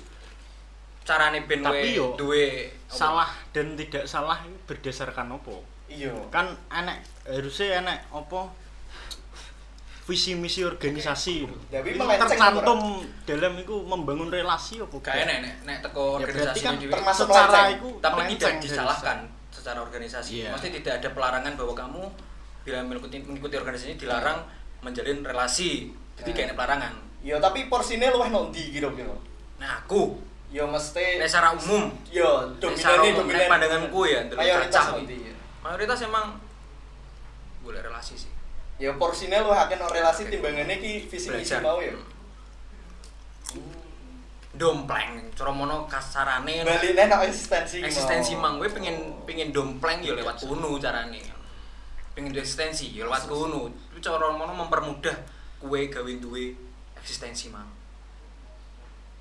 S3: carane ben we
S6: Tapi yo,
S3: duwe apa?
S6: Salah dan tidak salah itu berdasarkan apa?
S5: Iya.
S6: Kan enek harusnya enek apa? Visi misi organisasi.
S5: Tapi
S6: Itu
S5: melenceng
S6: tercantum dalam itu membangun relasi apa?
S3: gak enak nek nek teko
S6: Ya berarti
S3: organisasi
S6: kan
S3: dhewe.
S5: termasuk
S6: secara
S5: melenceng.
S6: itu
S3: tapi tidak
S6: melenceng
S3: disalahkan secara organisasi
S6: Iya.
S3: Maksudnya tidak ada pelarangan bahwa kamu bila mengikuti mengikuti organisasi ini dilarang menjalin relasi jadi
S6: Iya.
S5: Eh.
S3: gak enak pelarangan
S5: Ya tapi porsinya luwih nang ndi kira-kira?
S3: nah aku
S5: Ya mesti
S3: nek secara umum
S5: ya
S3: nek secara umum, nek
S5: dominan dominan
S3: pandanganku ya ndelok
S5: mayoritas
S3: cacah.
S5: nang ndi ya.
S3: mayoritas emang boleh relasi sih
S5: Ya porsinya luwih akeh nang relasi timbangannya ki visi misi
S3: Belajar.
S5: mau ya.
S3: dompleng cara mono kasarane
S5: Bali nek nang eksistensi ki mau.
S3: Iya. eksistensi mang gue pengen pengen dompleng ya lewat kuno carane pengen duwe eksistensi ya lewat kuno itu cara mono mempermudah kue gawe duwe eksistensi mang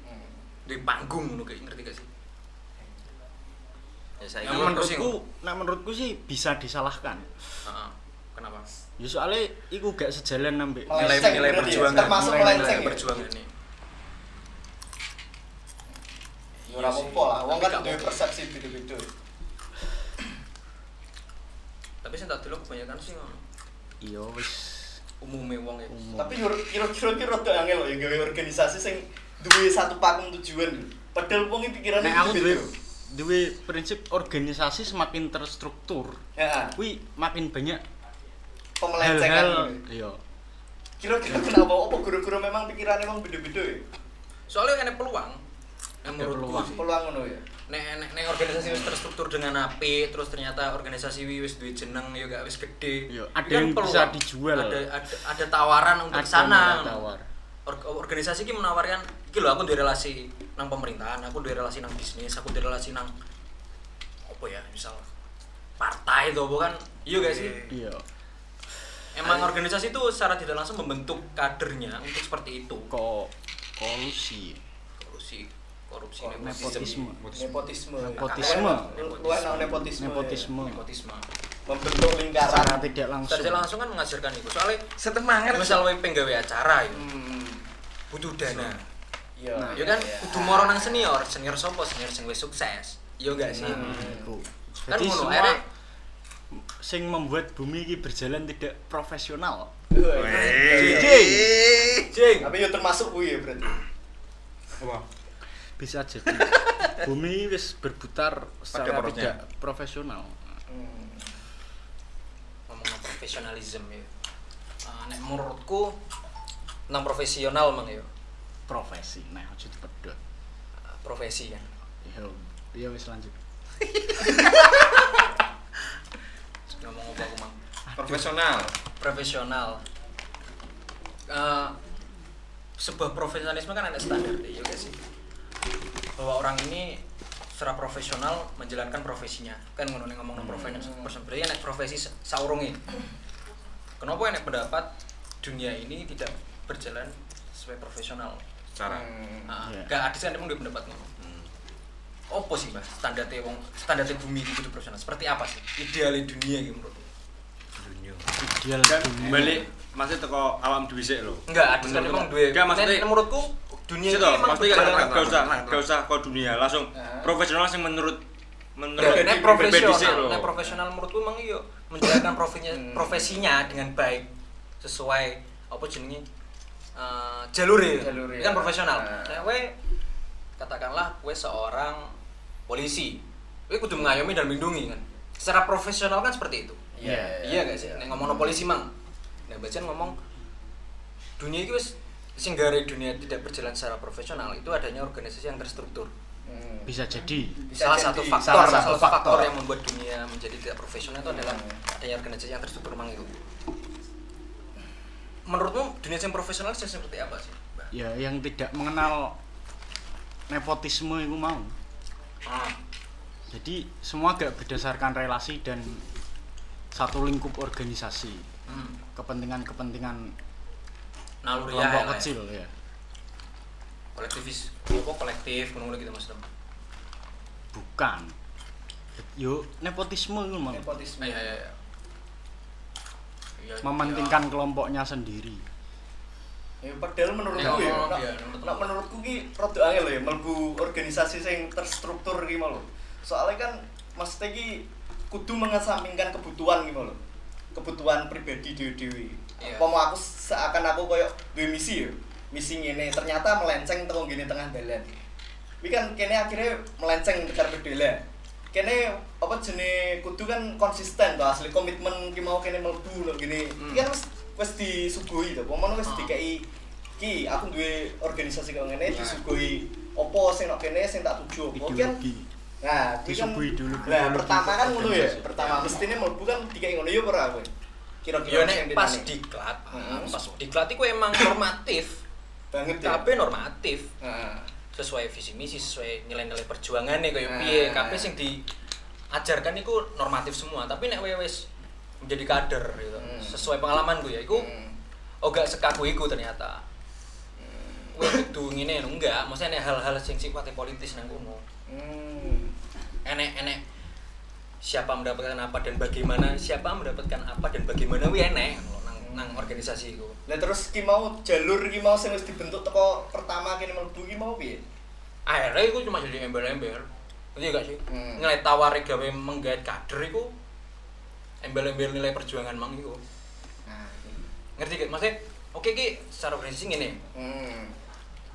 S5: Hmm.
S3: duwe panggung ngono kayak ngerti gak sih
S7: ya saya
S3: Ya,
S7: kira-
S6: Nah, menurutku, nah menurutku sih bisa disalahkan.
S3: Heeh. kenapa
S6: Ya soalnya itu gak sejalan nambah
S5: Melenceng
S4: nilai-nilai
S5: berarti ya,
S4: perjuangan.
S5: Termasuk
S3: Mulai
S5: melenceng
S3: dari
S5: ya.
S3: perjuangan ini
S5: Ora apa-apa lah, wong
S3: Tapi
S5: kan
S3: gak
S5: duwe
S3: apa-apa.
S5: persepsi beda-beda.
S3: tapi sing tak delok kebanyakan sih ngono
S6: Iya wis.
S3: umume wong ya
S5: Tapi yo kira-kira ki rada angel lho ya gawe organisasi sing duwe satu pakem tujuan. lho. Padahal wong iki pikirane
S6: Nek aku duwe
S5: beda-beda.
S6: duwe prinsip organisasi semakin terstruktur,
S5: Heeh,
S6: kuwi makin banyak
S5: ah, pemelencengan.
S6: hal-hal
S5: gitu.
S6: iya.
S5: Kira-kira kenapa apa guru-guru memang pikirane wong beda-beda ya?
S3: soalnya enek peluang Nek menurutku
S6: peluang.
S3: sih.
S5: Peluang ngono ya.
S3: nek nek nek organisasi wis terstruktur dengan apik terus ternyata organisasi wi wis duwe jeneng ya gak wis gede
S6: Iya,
S3: Ini
S6: ada yang bisa dijual.
S3: ada, ada ada tawaran untuk
S6: Ada
S3: sana
S6: yang tawar.
S3: Or- organisasi ini menawarkan iki lho aku duwe relasi nang pemerintahan aku duwe relasi nang bisnis aku duwe relasi nang apa ya misal partai itu bukan iya gak sih
S6: Iya.
S3: emang organisasi itu secara tidak langsung membentuk kadernya untuk seperti itu
S6: Kok kolusi.
S3: korupsi korupsi
S5: Kor-
S3: nepotisme
S6: Nepotisme.
S5: Nepotisme.
S6: Nepotisme.
S5: Luwih nang nepotisme.
S6: Nepotisme.
S3: nepotisme
S5: Membentuk lingkaran.
S6: Secara tidak langsung.
S3: secara langsung kan mengajarkan itu soalnya
S4: Setemangat.
S3: misal wae penggawe acara ya
S5: Hmm.
S3: butuh dana
S5: Iya.
S6: Nah,
S3: ya kan kudu moro nang senior senior sopo senior sing wis sukses iya gak sih
S6: Iku.
S3: kan
S6: Nah, Jadi
S3: ngono
S6: semua
S3: akhirnya
S6: sing membuat bumi ini berjalan tidak profesional.
S5: Wih.
S3: jeng
S5: Tapi yo termasuk kuwi ya berarti.
S10: Apa?
S6: Bisa jadi bumi ini wis berputar secara
S4: porosnya.
S6: tidak profesional.
S5: Hmm.
S3: ngomong profesionalisme ya Eh, nek menurutku nang profesional mang ya
S6: Profesi. Nah, aja dipedot.
S3: Eh, profesi kan
S6: Iya, iya wis lanjut.
S3: ngomong apa aku mang
S4: Profesional.
S3: profesional Eh, sebuah profesionalisme kan ada standar ya gak sih bahwa orang ini secara profesional menjalankan profesinya kan ngono nih ngomong profesi berarti enak profesi sa- saurunge kenapa enak pendapat dunia ini tidak berjalan sesuai profesional
S4: Secara.
S3: Nah,
S6: Iya.
S3: gak ada sih Ah, kan emang dua pendapat ngono opo Hmm. sih mas standarte wong standarte bumi itu kudu profesional seperti apa sih idealnya dunia gitu menurut
S6: Ideal
S10: Kan
S6: dunia.
S10: balik masih teko awam dhewe sik lho.
S3: Enggak, ada kan emang duwe.
S10: Enggak, maksudnya-
S3: Nek- menurutku dunia
S10: Sik
S3: ini
S10: to,
S3: emang
S10: maksudnya kan
S3: berjalan-
S10: gak usah gak usah kok dunia, langsung
S5: Nah.
S10: profesional sing menurut menurut
S3: Nek- Nek
S10: pribadi sik
S3: profesional,
S10: lho.
S3: nek profesional menurutku emang iya menjalankan profesinya, profesinya dengan baik sesuai apa jenenge eh jalure.
S5: Jalure.
S3: Ini kan profesional.
S5: Nah.
S3: Nek kowe katakanlah kowe seorang polisi. Kowe kudu mengayomi dan melindungi kan. Secara profesional kan seperti itu.
S5: Iya.
S3: iya gak sih? Nek ngomong polisi mang. Nek Bajan ngomong dunia itu wis sing gawe dunia tidak berjalan secara profesional itu adanya organisasi yang terstruktur.
S5: Hmm.
S6: Bisa jadi.
S5: Bisa
S3: Salah
S5: jadi,
S3: satu faktor, salah satu faktor, yang membuat dunia menjadi tidak profesional itu adalah
S5: Hmm.
S3: adanya organisasi yang terstruktur mang itu. Menurutmu dunia yang profesional sih seperti apa sih? Mbak?
S6: Ya yang tidak mengenal nepotisme itu mau.
S3: Ah,
S6: Jadi semua gak berdasarkan relasi dan satu lingkup organisasi.
S3: hmm.
S6: Kepentingan-kepentingan
S3: Naluri
S6: kelompok
S3: ya,
S6: kecil ya.
S3: kolektivis, apa kolektif, ngono gitu mas Dem.
S6: Bukan. Yo nepotisme itu mau.
S5: Nepotisme.
S3: Iya iya iya. Iya,
S6: Mementingkan kelompoknya sendiri.
S5: Ya padahal menurutku
S3: Iya,
S5: ya,
S3: iya,
S5: nek-
S3: oh, iya, menurut-
S5: nek menurutku ki rada angel ya mlebu organisasi sing terstruktur ki mau lho. Soale kan mesti ki kudu mengesampingkan kebutuhan ki mau lho. Kebutuhan pribadi dhewe-dhewe.
S3: Iya.
S5: Apa mau aku seakan aku koyo duwe misi ya. Misi ngene ternyata melenceng teko ngene tengah dalan. Kuwi kan kene akhirnya melenceng ke dalan. Kene apa jenis kudu kan konsisten to asli komitmen ki mau kene mlebu lho gini.
S3: Hmm.
S5: Iki kan wis wis disuguhi to. Pokoke wis
S3: Ah.
S5: dikei ki aku duwe organisasi kok ngene disuguhi apa sing nak kene sing tak tuju apa kan
S6: Ideologi.
S5: nah iki kan
S6: Disuguhi dulu,
S5: nah
S6: ideologi
S5: pertama kan ngono ya
S6: organisasi.
S5: pertama mestine mlebu kan dikai ngono ya ora kowe
S3: Hmm. Ya
S5: kira-kira sing
S3: nek pas
S5: dinane.
S3: diklat,
S5: Heeh.
S3: pas diklat iku emang normatif,
S5: banget ya
S3: kabeh normatif.
S5: Nah,
S3: sesuai visi misi sesuai nilai-nilai perjuangan nih kayak
S5: Nah.
S3: piye kabeh sing diajarkan itu normatif semua tapi nek kowe wis menjadi kader gitu
S5: Hmm.
S3: sesuai pengalaman gue ya iku
S5: hmm.
S3: oh gak sekaku iku ternyata
S5: Hmm.
S3: kowe kudu ngene lho, enggak maksudnya nek hal-hal sing sifatnya politis nang kono
S5: Hmm.
S3: enek enek siapa mendapatkan apa dan bagaimana siapa mendapatkan apa dan bagaimana wi enek lho, nang nang organisasi iku
S5: Lah terus ki mau jalur ki mau sing wis dibentuk teko pertama kene mlebu ki mau piye?
S3: akhirnya itu cuma jadi embel-embel ngerti gak sih
S5: Hmm.
S3: nilai tawar gawe menggait kader itu embel-embel nilai perjuangan mang itu
S5: Nah,
S3: ngerti gak maksudnya oke ki secara organisasi ini
S5: hmm.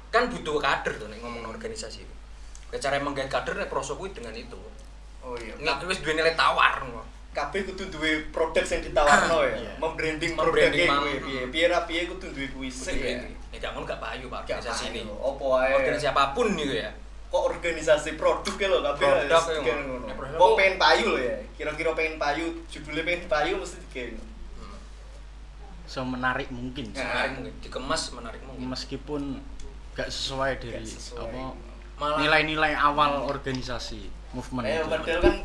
S3: kan butuh kader tuh nek ngomong organisasi itu Kayak cara menggait kader nek proso kuwi dengan itu
S5: Oh iya.
S3: nggak wis duwe nilai tawar ngono.
S5: kabeh kudu duwe produk sing ditawarno ya. Membranding produk
S3: Ah, Membranding
S5: e
S3: mang.
S5: kuwi piye. Piye ra piye kudu duwe kuwi
S3: Kudu
S5: sik
S3: duwe
S5: ya.
S3: kuwi. nek gak ngono gak payu pak
S5: Gak Eh.
S3: organisasi
S5: paham
S3: ini
S5: lho, Opo ae.
S3: organisasi apapun gitu ya
S5: Kok organisasi produk e lho kabeh.
S3: Produk
S5: harus
S3: ya,
S5: digawe
S3: Mas.
S5: ngono.
S3: Ya, produk.
S5: Wong pengen payu lho ya. Kira-kira pengen payu, judulnya pengen payu mesti digawe.
S6: semenarik mungkin
S5: Nah.
S3: menarik mungkin dikemas menarik mungkin
S6: meskipun gak sesuai dari
S5: Gak sesuai.
S6: apa
S3: Malah-
S6: nilai-nilai awal organisasi movement
S5: Eh,
S6: itu.
S5: padahal kan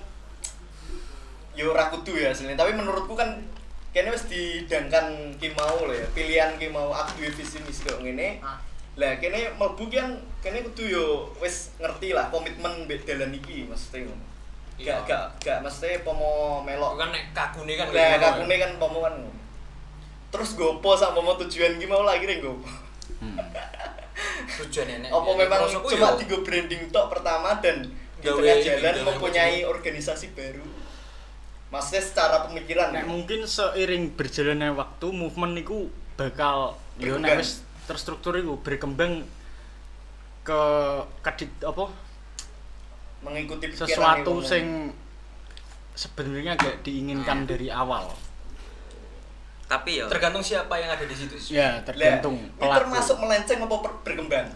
S5: yo ora kudu ya asline. Tapi menurutku kan kene wis didangkan ki mau lho ya. Pilihan ki mau aku duwe visi misi kok ngene.
S3: Ah.
S5: Lah kene mlebu ki kan kene kudu yo wis ngerti lah komitmen mbek dalan iki mesti ngono.
S3: Iya.
S5: Gak gak gak mesti pomo melok.
S3: kan nek kagune kan
S5: Lah
S3: kayak ngono
S5: kakune
S3: ya.
S5: kan pomo kan. Terus gopo sama pomo tujuan ki mau lagi ning gopo.
S6: Hmm.
S3: tujuannya nek
S5: Apa
S3: ya,
S5: memang
S3: proso kuwi
S5: cuma
S3: yo.
S5: tiga branding tok pertama dan di
S3: Gawe
S5: tengah
S3: ini,
S5: jalan
S3: gawe
S5: mempunyai
S3: kucing.
S5: organisasi baru? Maksudnya secara pemikiran
S6: Nek
S5: ya?
S6: mungkin seiring berjalannya waktu movement niku bakal yo
S5: Berkembang.
S6: nek wis terstruktur iku berkembang ke kedit apa
S5: mengikuti pikiran
S6: sesuatu
S5: yang-
S6: sing sebenarnya gak diinginkan dari awal.
S7: tapi ya
S3: tergantung siapa yang ada di situ sih.
S6: Ya,
S5: Lah,
S6: tergantung
S5: ini
S6: pelaku.
S5: termasuk melenceng apa per- berkembang?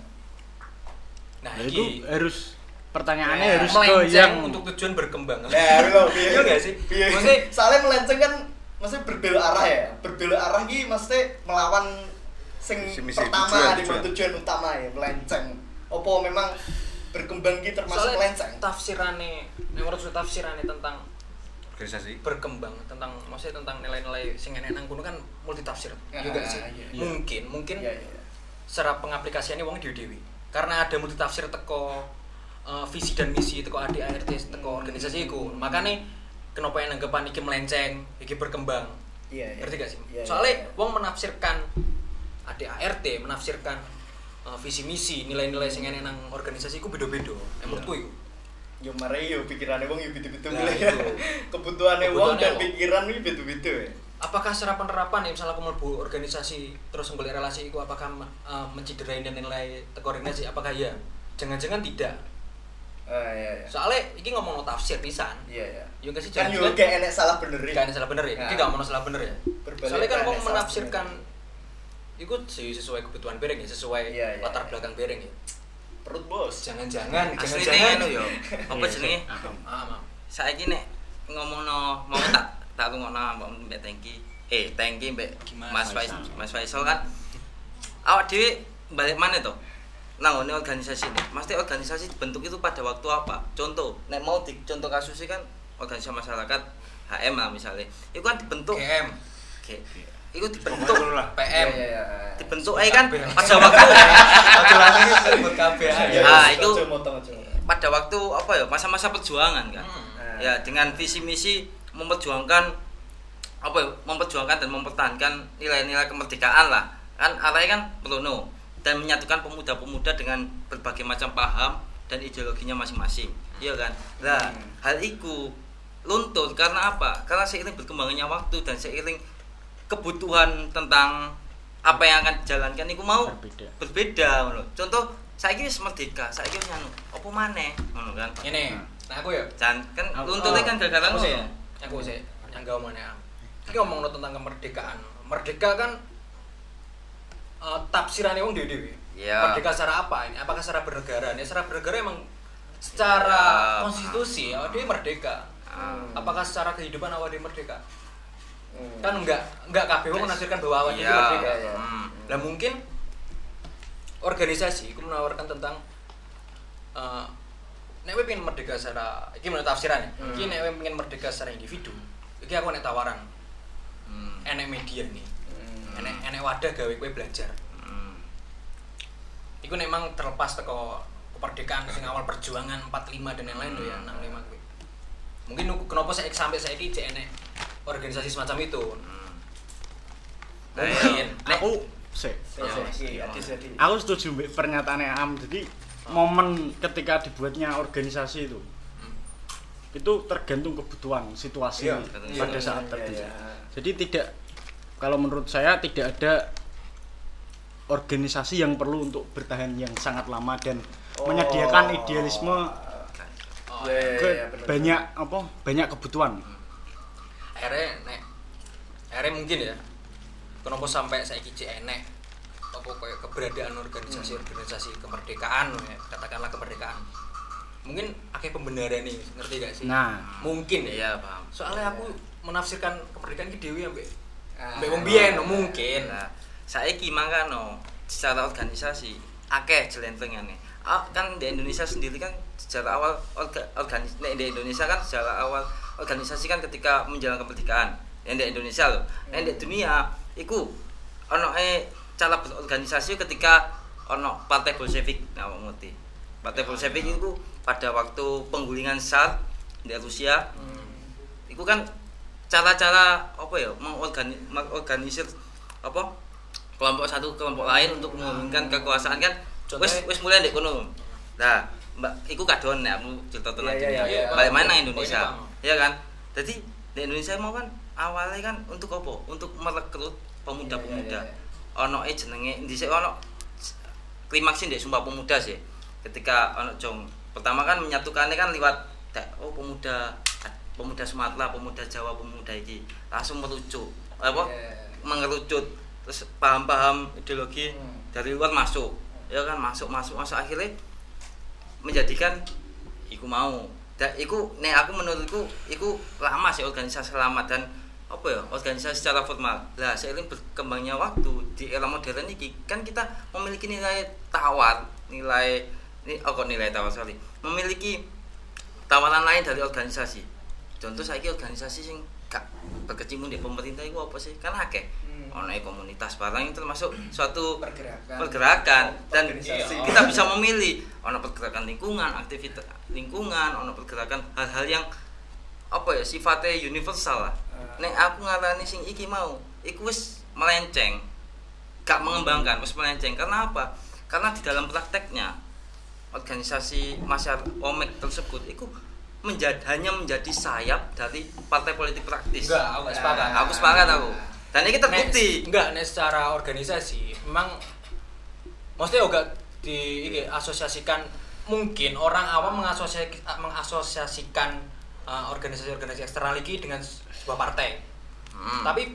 S3: nah
S6: Nah,
S3: iki
S6: itu harus pertanyaannya
S5: Ya,
S6: harus ke
S3: melenceng
S6: yang
S3: untuk tujuan berkembang
S5: Nah, lho,
S3: [laughs]
S5: piye?
S3: Iya nggak sih?
S5: Piye?
S3: Maksudnya-
S5: soalnya melenceng kan maksudnya berbelok arah ya. Berbelok arah iki mesti melawan sing
S4: Si misi
S5: pertama
S4: tujuan,
S5: di
S4: tujuan.
S5: tujuan utama ya, melenceng. Apa memang berkembang iki termasuk
S3: soalnya
S5: melenceng?
S3: tafsirane menurut saya tafsirane tentang
S4: organisasi
S3: berkembang tentang maksudnya tentang nilai-nilai sing enak nang kono kan multi tafsir
S5: Ah,
S3: juga sih
S5: iya, iya.
S3: mungkin mungkin
S5: Iya, iya.
S3: secara pengaplikasiannya wong dewi dewi karena ada multi tafsir teko eh, visi dan misi teko ADART
S5: Hmm.
S3: teko organisasi iku makanya kenapa yang anggapan iki melenceng iki berkembang
S5: Iya, iya.
S3: ngerti gak sih
S5: Iya, iya,
S3: soalnya
S5: iya.
S3: wong menafsirkan ADART menafsirkan eh, visi misi nilai-nilai sing enak nang organisasi iku beda-beda menurutku
S5: Iya.
S3: iku
S5: Yo mari yo pikirane wong yo bitu-bitu
S3: Nah,
S5: mulai. [laughs]
S3: itu.
S5: Kebutuhane
S3: Kebutuhane
S5: wong dan
S3: wong.
S5: pikiran iki bitu-bitu ya.
S3: apakah secara penerapan ya misalnya aku melebu organisasi terus nggolek relasi itu apakah eh, menciderai dan nilai teko organisasi apakah ya jangan-jangan tidak
S5: Ah, iya, iya.
S3: soalnya ini ngomong no tafsir pisan
S5: Iya, iya.
S3: yo nggak sih
S5: Kan yo
S3: jangan-jangan
S5: gak enek salah bener
S3: gak ada salah bener ya ini
S5: Nah.
S3: gak mau salah bener ya
S5: Berbalik
S3: soalnya kan
S5: kan
S3: mau
S5: ada salah
S3: menafsirkan itu sih sesuai kebutuhan bereng ya sesuai
S5: Iya, iya,
S3: latar
S5: iya.
S3: belakang bereng ya
S5: Perut bos.
S3: jangan-jangan
S7: aslinya
S3: jangan-jangan
S7: anu yo apa jenenge
S3: Ah, maaf.
S7: saiki nek ngomongno mau tak tak rungokno mbok mbek Tengki. Eh, Tengki mbek Mas Faisal. Mas Faisal kan awak dhewe balik mana to? Nang ngone organisasi ini. Mesti organisasi bentuk itu pada waktu apa? Contoh, nek mau di contoh kasus kan organisasi masyarakat HM lah misalnya. Itu kan dibentuk
S3: GM
S7: Oke. Itu dibentuk
S3: PM
S5: Iya, iya, iya.
S7: dibentuk eh kan pada [laughs] waktu
S3: [laughs] aku lagi sebut KBA
S5: Ya,
S7: Ah,
S5: ya,
S7: itu-
S5: aja motong, aja
S3: Iya,
S5: motong.
S7: pada waktu apa ya masa-masa perjuangan kan
S5: Hmm.
S7: ya dengan visi misi memperjuangkan apa ya memperjuangkan dan mempertahankan nilai-nilai kemerdekaan lah kan arahnya kan Bruno dan menyatukan pemuda-pemuda dengan berbagai macam paham dan ideologinya masing-masing iya kan nah
S5: Hmm.
S7: hal itu luntur karena apa karena seiring berkembangnya waktu dan seiring kebutuhan tentang apa yang akan dijalankan itu mau
S6: Berbeda.
S7: berbeda ngono. Contoh saiki wis merdeka, saiki wis anu, opo maneh ngono kan.
S3: ini nah aku ya
S7: Jan kan
S6: Aku-
S7: luntutnya kan gara-gara
S3: Aku
S7: ngono.
S3: sih, ya. aku sih, yang gak omongin am. Ini ngomong tentang kemerdekaan. Merdeka kan eh tafsirannya wong dewi-dewi.
S7: Iya.
S3: Merdeka secara apa ini? Apakah secara bernegara? Ini secara bernegara emang secara
S7: Iya.
S3: konstitusi awak dia merdeka.
S7: Hmm.
S3: Apakah secara kehidupan awak dia merdeka?
S5: Hmm.
S3: Kan enggak enggak KPU menafsirkan bahwa awak dia
S7: Iya.
S3: merdeka.
S5: iya.
S7: Hmm.
S3: Lah mungkin organisasi itu menawarkan tentang eh nek we pengen merdeka secara iki menurut tafsiran ya. Iki nek we pengen merdeka secara individu. Iki aku nek tawaran
S7: Hmm.
S3: enek media nih.
S5: Hmm.
S3: Enek enek wadah gawe kowe belajar.
S7: Hmm.
S3: Iku nek emang terlepas teko kemerdekaan sing awal perjuangan 45 dan lain-lain lho ya
S7: Hmm.
S3: 65 kuwi. Mungkin nuku- kenapa saya sampai saya iki enek organisasi semacam itu.
S7: Hmm. Nah, iya.
S3: Mungkin.
S7: Nek-
S6: aku sik.
S5: Iya, iya, iya, iya, iya.
S6: Aku setuju mbek pernyataannya Am. Jadi momen ketika dibuatnya organisasi itu itu tergantung kebutuhan situasi
S5: Iya, iya, iya,
S6: pada saat
S5: iya,
S6: tertentu.
S5: iya.
S6: Jadi tidak kalau menurut saya tidak ada organisasi yang perlu untuk bertahan yang sangat lama dan menyediakan idealisme
S3: Oh,
S5: Iya, Oh. iya,
S6: ke
S5: iya, Hmm. bener.
S6: banyak apa banyak kebutuhan.
S3: akhirnya nek akhirnya mungkin ya kenapa sampai saya kici enek apa kayak keberadaan organisasi organisasi kemerdekaan ya, katakanlah kemerdekaan mungkin akhirnya pembenaran nih ngerti gak sih
S6: Nah,
S3: mungkin ya
S7: Iya, paham.
S3: soalnya aku menafsirkan kemerdekaan ki dewi ambek
S5: Ah,
S3: ambek wong
S5: iya.
S3: biyen mungkin
S7: Nah, saiki mangkano secara organisasi akeh jelentengane. Ah, kan di Indonesia sendiri kan secara awal orga, organis nek di Indonesia kan secara awal organisasi kan ketika menjelang kemerdekaan. Yang di Indonesia loh. Nek di dunia iku ono e cara berorganisasi ketika ono Partai Bolshevik nah wong ngerti. Partai Bolshevik itu pada waktu penggulingan Tsar di Rusia itu kan cara-cara apa ya mengorgani mengorganisir apa kelompok satu kelompok lain untuk mengumumkan kekuasaan kan wis wis mulai ndek kono nah mbak iku kadon nek aku cerita tentang
S5: Iya, iya,
S7: dunia
S5: iya, iya.
S7: balik mana
S3: Poinnya
S7: Indonesia
S3: paham.
S7: ya kan jadi di Indonesia mau kan awalnya kan untuk apa untuk merekrut pemuda-pemuda
S5: Iya, iya,
S7: ono e jenenge dhisik ono klimaksnya ndek sumpah pemuda sih ketika ono jong pertama kan menyatukannya kan liwat da- oh pemuda pemuda Sumatera pemuda Jawa pemuda iki langsung merujuk apa
S5: Iya.
S7: mengerucut terus paham-paham ideologi
S5: Hmm.
S7: dari luar masuk ya kan masuk masuk masuk akhirnya menjadikan iku mau dan iku nek aku menurutku iku lama sih organisasi lama dan apa ya organisasi secara formal lah seiring berkembangnya waktu di era modern ini kan kita memiliki nilai tawar nilai ini oh kok nilai tawar sorry memiliki tawaran lain dari organisasi contoh saya organisasi sing gak berkecimpung di pemerintah itu apa sih kan akeh
S5: Hmm.
S7: ono e komunitas barang itu termasuk suatu
S5: Pergerakan.
S7: pergerakan dan iya,
S5: Organisasi.
S7: kita bisa memilih ono pergerakan lingkungan aktivitas lingkungan ono pergerakan hal-hal yang apa ya sifatnya universal lah
S3: Eh.
S5: Ah.
S7: nek aku ngarani sing iki mau iku wis melenceng gak mengembangkan wis melenceng karena apa karena di dalam prakteknya organisasi masyarakat omek tersebut itu menjadi hanya menjadi sayap dari partai politik praktis Nah,
S3: Enggak, aku nggak sepakat.
S7: aku sepakat aku dan ini terbukti
S3: Nek- enggak nek secara organisasi memang maksudnya juga di iki, asosiasikan mungkin orang awam mengasosiasi- mengasosiasikan uh, organisasi-organisasi eksternal iki dengan sebuah partai
S7: Hmm.
S3: tapi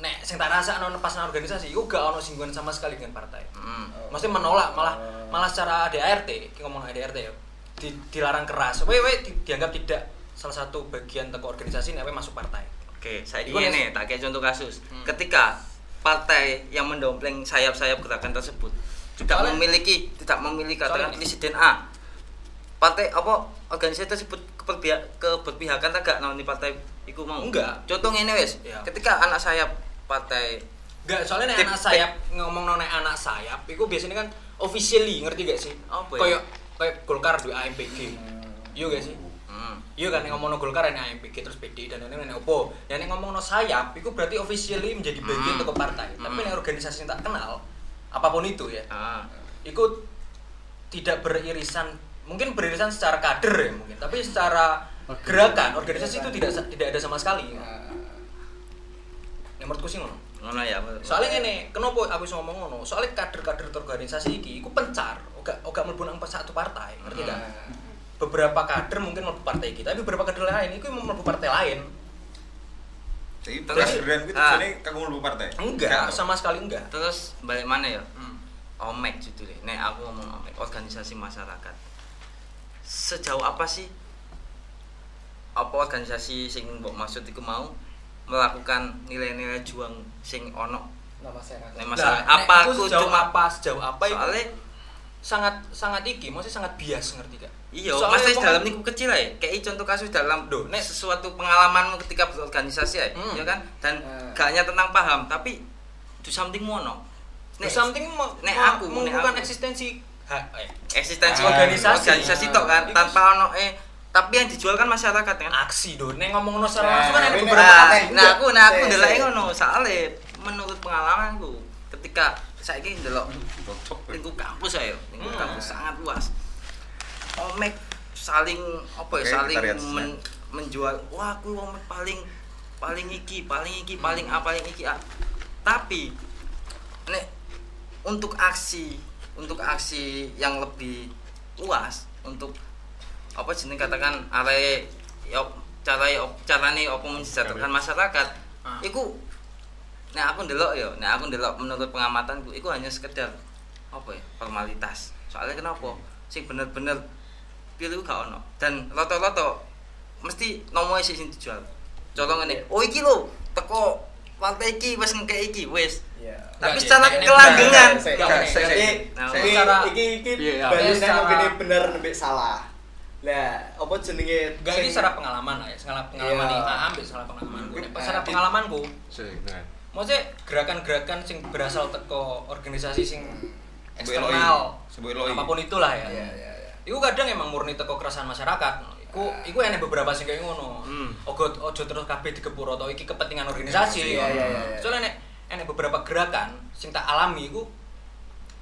S3: nek sing tak rasa ono pas nang organisasi iku gak ono singgungan sama sekali dengan partai
S7: Hmm.
S3: maksudnya menolak malah malah secara ADART ki ngomong ADART ya di- dilarang keras we we di- dianggap tidak salah satu bagian teko organisasi nek we masuk partai
S7: Oke, saya
S3: Iku
S7: ini
S3: nes-
S7: tak kayak contoh kasus.
S3: Hmm.
S7: Ketika partai yang mendompleng sayap-sayap gerakan tersebut tidak
S3: Soalnya-
S7: memiliki tidak memiliki katakan
S3: soalnya-
S7: presiden A. Partai apa organisasi tersebut keperbihak, keberpihakan tak gak namanya partai iku mau?
S3: Enggak.
S7: Contoh ini wes.
S3: Iya.
S7: Ketika anak sayap partai
S3: Enggak, soalnya nek
S7: Tip-
S3: anak sayap ngomong nang anak sayap, itu biasanya kan officially ngerti gak sih?
S7: Apa ya?
S3: Kayak kayak Golkar duwe AMPG. Iya gak sih?
S7: hmm,
S3: Iya kan ngomong Golkar ini AMPG terus PDI dan lain-lain opo. Dan ngomong sayap, itu berarti officially menjadi bagian
S7: Hmm.
S3: toko partai. Tapi
S7: Hmm.
S3: nek organisasi yang tak kenal, apapun itu ya,
S7: ah,
S3: itu tidak beririsan mungkin beririsan secara kader ya mungkin tapi secara gerakan organisasi itu tidak tidak ada sama sekali ya. menurutku sih ngono
S7: Ah. ngono ya.
S3: soalnya ini kenapa aku bisa ngomong ngono soalnya kader-kader organisasi iki iku pencar oga oga mlebu nang satu partai
S7: Hmm.
S3: ngerti gak beberapa kader mungkin mlebu partai iki tapi beberapa kader lain iku mau mlebu partai lain
S10: Jadi
S7: Terus-
S10: transgran itu
S7: Ah.
S10: jadi kagum lu partai.
S3: enggak sama sekali enggak
S7: Terus balik mana ya?
S3: Hmm.
S7: omek judulnya nek aku ngomong omek organisasi masyarakat sejauh apa sih apa organisasi sing mbok maksud iku mau melakukan nilai-nilai juang sing ono
S5: Nama saya
S7: nek
S5: Raka.
S7: masalah
S3: Nah, nek
S7: apa
S3: itu
S7: aku
S3: sejauh
S7: cuma
S3: apa sejauh apa itu
S7: soalnya
S3: sangat sangat iki maksudnya sangat bias ngerti gak
S7: iya
S3: Soalnya
S7: mas
S3: wong- kan-
S7: dalam niku kecil ae kayak contoh kasus dalam do nek sesuatu pengalamanmu ketika berorganisasi ae
S3: Hmm.
S7: ya kan dan
S5: Eh.
S7: gak hanya tentang paham tapi do something mu ono
S3: nek something mau
S7: nek
S3: mau-
S7: aku, nek
S3: mengukuhkan
S7: aku.
S3: eksistensi hak eh,
S7: eksistensi
S3: Ah.
S7: organisasi organisasi tok kan
S3: Iku-
S7: tanpa ono eh tapi yang dijual kan masyarakat kan
S3: aksi do nek ngomong secara
S5: Nah,
S3: langsung kan ada
S5: ini
S3: beberapa
S5: ora-
S7: nah,
S5: partai
S7: nah
S5: juga.
S7: aku nah aku
S5: Saya-
S7: ndelok
S5: saya.
S7: ngono soalnya menurut
S3: Hmm.
S7: pengalamanku ketika saiki ndelok lingkup kampus ayo lingkup kampus sangat luas omek Oh, saling apa ya
S10: Oke,
S7: saling
S10: kita lihat
S7: men- menjual wah aku omek paling paling iki paling iki paling
S10: Hmm.
S7: A paling iki A. tapi nek untuk aksi untuk aksi yang lebih luas untuk apa jeneng katakan are ya cara carane apa mensejahterakan masyarakat
S10: Ah.
S7: iku nah aku ndelok ya nah aku ndelok menurut pengamatanku iku hanya sekedar apa ya formalitas soalnya kenapa sing bener-bener pilih gak ono dan rata-rata mesti nomor sih sing dijual contoh ngene oh iki lho teko partai iki wis ngekek iki wis
S5: Iya.
S7: tapi
S3: Nggak,
S7: secara
S3: Nek, Nek,
S7: kelanggengan
S3: nggak,
S5: Sik,
S3: nggak, Nek.
S5: sik, sik.
S3: Jadi,
S7: Nah,
S5: Iki
S3: secara-
S5: iki iki
S6: Iya, iya.
S5: bali nek
S3: Secara-
S5: ngene bener nek salah. Lah, apa jenenge?
S3: Enggak ini
S5: sing-
S3: secara pengalaman lah ya, secara pengalaman
S5: Iya.
S3: nih. Ah, ambil secara pengalaman gue. Nek, Secara pengalamanku, maksudnya gerakan-gerakan sing berasal teko organisasi sing eksternal,
S10: Sebuah LOI.
S3: apapun itulah ya.
S5: Iya, iya, iya.
S3: Iku kadang emang murni teko keresahan masyarakat. Iku iku enek beberapa sing kaya ngono.
S5: Hmm.
S3: Ogo ojo terus kabeh digepuro to iki kepentingan organisasi.
S5: Iya, iya, iya.
S3: Soalnya enek enek beberapa gerakan sing tak alami iku